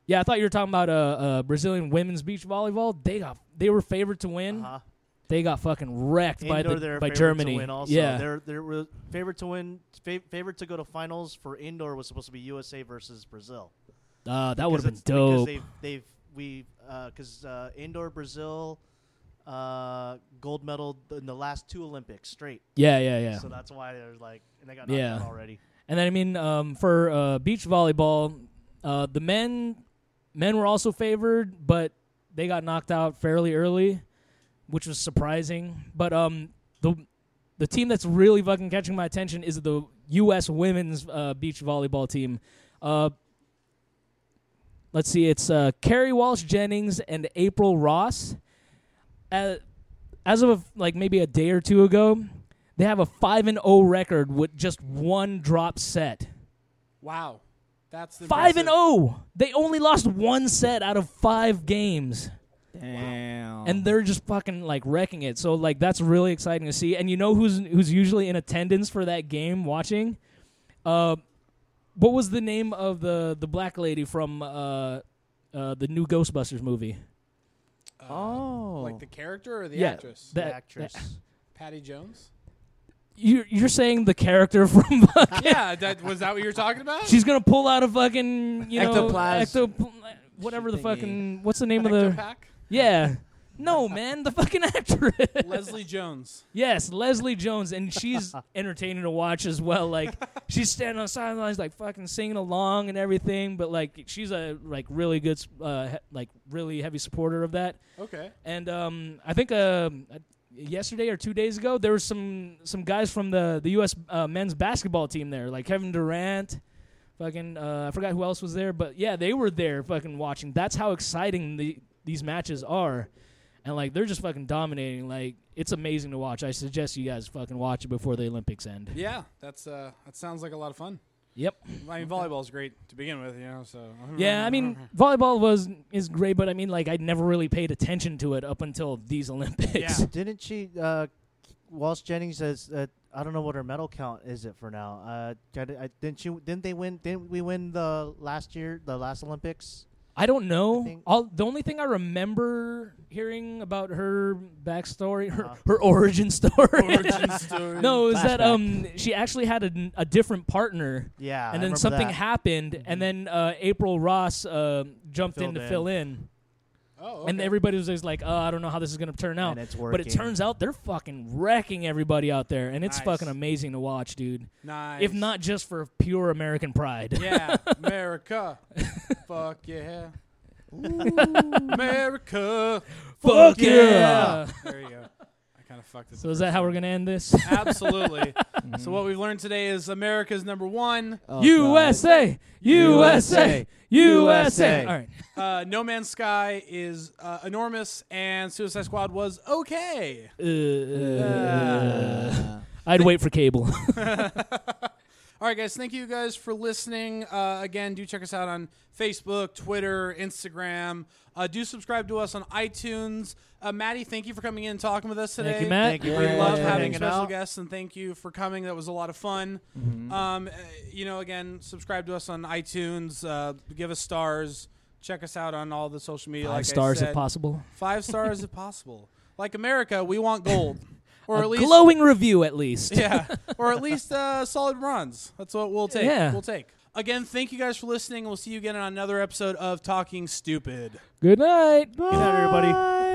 [SPEAKER 1] yeah, I thought you were talking about uh, uh Brazilian women's beach volleyball. They got they were favored to win.
[SPEAKER 4] Uh-huh.
[SPEAKER 1] They got fucking wrecked
[SPEAKER 4] Indoor,
[SPEAKER 1] by the
[SPEAKER 4] they're
[SPEAKER 1] by
[SPEAKER 4] favored
[SPEAKER 1] Germany.
[SPEAKER 4] To win also.
[SPEAKER 1] Yeah.
[SPEAKER 4] They're they're re- favored to win. Fa- favored to go to finals for indoor was supposed to be USA versus Brazil.
[SPEAKER 1] uh, that would have been
[SPEAKER 4] Because it's-
[SPEAKER 1] dope.
[SPEAKER 4] Because they've, they've we because uh, indoor Brazil uh, gold medal in the last two Olympics straight.
[SPEAKER 1] yeah, yeah, yeah.
[SPEAKER 4] So that's why they're like, and they got knocked
[SPEAKER 1] Yeah.
[SPEAKER 4] out already.
[SPEAKER 1] And then I mean, um, for uh, beach volleyball, uh, the men men were also favored, but they got knocked out fairly early, which was surprising. But um, the the team that's really fucking catching my attention is the U.S. women's uh, beach volleyball team. Uh, let's see, it's uh, Carrie Walsh Jennings and April Ross. Uh, as of like maybe a day or two ago, they have a five and zero record with just one drop set.
[SPEAKER 2] Wow. That's the
[SPEAKER 1] Five and oh. zero. They only lost one set out of five games,
[SPEAKER 5] damn
[SPEAKER 1] and they're just fucking like wrecking it. So like that's really exciting to see. And you know who's who's usually in attendance for that game watching? Uh, what was the name of the the black lady from uh, uh, the new Ghostbusters movie?
[SPEAKER 5] oh
[SPEAKER 2] Uh, Like the character or the
[SPEAKER 1] Yeah.
[SPEAKER 2] actress?
[SPEAKER 1] That-
[SPEAKER 4] the actress.
[SPEAKER 2] Patty Jones.
[SPEAKER 1] You're you're saying the character from fucking
[SPEAKER 2] yeah. That was that what you were talking about?
[SPEAKER 1] She's gonna pull out a fucking you know
[SPEAKER 5] Ectoplasm.
[SPEAKER 1] ectopl- whatever the
[SPEAKER 5] Thingy.
[SPEAKER 1] fucking what's the name of the
[SPEAKER 2] Ectopac?
[SPEAKER 1] yeah. No man, the fucking actress.
[SPEAKER 2] Leslie Jones.
[SPEAKER 1] yes, Leslie Jones, and she's entertaining to watch as well. Like she's standing on the sidelines, like fucking singing along and everything. But like she's a like really good, s- uh, he- like really heavy supporter of that.
[SPEAKER 2] Okay.
[SPEAKER 1] And um, I think um, I- yesterday or two days ago, there was some some guys from the the U.S. Uh, men's basketball team there, like Kevin Durant. Fucking, uh, I forgot who else was there, but yeah, they were there fucking watching. That's how exciting the, these matches are, and like they're just fucking dominating. Like it's amazing to watch. I suggest you guys fucking watch it before the Olympics end.
[SPEAKER 2] Yeah, that's uh, that sounds like a lot of fun.
[SPEAKER 1] Yep.
[SPEAKER 2] I mean, volleyball's great to begin with, you know. So
[SPEAKER 1] Yeah, I mean volleyball was is great, but I mean like I never really paid attention to it up until these Olympics.
[SPEAKER 2] Yeah.
[SPEAKER 4] Didn't she, uh, Walsh Jennings says, uh, I don't know what her medal count is it for now. Uh, got it- I- didn't she? Didn't they win? Didn't we win the last year, the last Olympics?
[SPEAKER 1] I don't
[SPEAKER 4] I
[SPEAKER 1] know.
[SPEAKER 4] think-
[SPEAKER 1] All the only thing I remember hearing about her backstory, her,
[SPEAKER 4] Uh-huh.
[SPEAKER 1] her origin story.
[SPEAKER 2] origin story.
[SPEAKER 1] no, is that
[SPEAKER 4] Flashback.
[SPEAKER 1] um she actually had a, a different partner,
[SPEAKER 4] Yeah. I
[SPEAKER 1] and then
[SPEAKER 4] remember
[SPEAKER 1] something
[SPEAKER 4] that. Mm-hmm.
[SPEAKER 1] happened, and then uh, April Ross uh, jumped in
[SPEAKER 4] Filled
[SPEAKER 1] to
[SPEAKER 4] in.
[SPEAKER 1] fill in,
[SPEAKER 2] Oh,
[SPEAKER 1] and
[SPEAKER 2] okay.
[SPEAKER 1] everybody was just like, "Oh, I don't know how this is gonna turn out."
[SPEAKER 4] And it's
[SPEAKER 1] But it
[SPEAKER 4] working.
[SPEAKER 1] turns out they're fucking wrecking everybody out there, and it's
[SPEAKER 2] Nice.
[SPEAKER 1] fucking amazing to watch, dude.
[SPEAKER 2] nice.
[SPEAKER 1] If not just for pure American pride.
[SPEAKER 2] yeah, America. Fuck yeah. America.
[SPEAKER 1] Fuck
[SPEAKER 2] yeah. There you go. I kind of fucked it.
[SPEAKER 1] So is that how we're gonna end this?
[SPEAKER 2] Absolutely. so what we've learned today is America's number one.
[SPEAKER 5] Oh,
[SPEAKER 1] USA, USA, USA.
[SPEAKER 5] USA.
[SPEAKER 1] All right.
[SPEAKER 2] Uh, no Man's Sky is uh, enormous, and Suicide Squad was okay. Uh,
[SPEAKER 5] God.
[SPEAKER 1] I'd wait for cable.
[SPEAKER 2] All right, guys. Thank you guys for listening. Uh, again, do check us out on Facebook, Twitter, Instagram. Uh, do subscribe to us on iTunes. Uh, Maddie, thank you for coming in and talking with us today.
[SPEAKER 1] Thank you, Matt.
[SPEAKER 4] Thank you
[SPEAKER 5] Yeah.
[SPEAKER 2] We
[SPEAKER 4] very much
[SPEAKER 2] love
[SPEAKER 4] for
[SPEAKER 2] having
[SPEAKER 4] hanging
[SPEAKER 2] special
[SPEAKER 4] out.
[SPEAKER 2] guests, and thank you for coming. That was a lot of fun.
[SPEAKER 1] Mm-hmm.
[SPEAKER 2] Um, uh, you know, again, subscribe to us on iTunes. Uh, give us stars. Check us out on all the social media.
[SPEAKER 1] Five
[SPEAKER 2] like I
[SPEAKER 1] stars
[SPEAKER 2] said.
[SPEAKER 1] if possible.
[SPEAKER 2] Five stars if possible. Like America, we want gold, or
[SPEAKER 1] a
[SPEAKER 2] at least
[SPEAKER 1] glowing review, at least.
[SPEAKER 2] yeah, or at least uh, solid bronze. That's what we'll take.
[SPEAKER 1] Yeah.
[SPEAKER 2] We'll take. Again, thank you guys for listening. We'll see you again on another episode of Talking Stupid.
[SPEAKER 1] Good night.
[SPEAKER 4] Good night, everybody.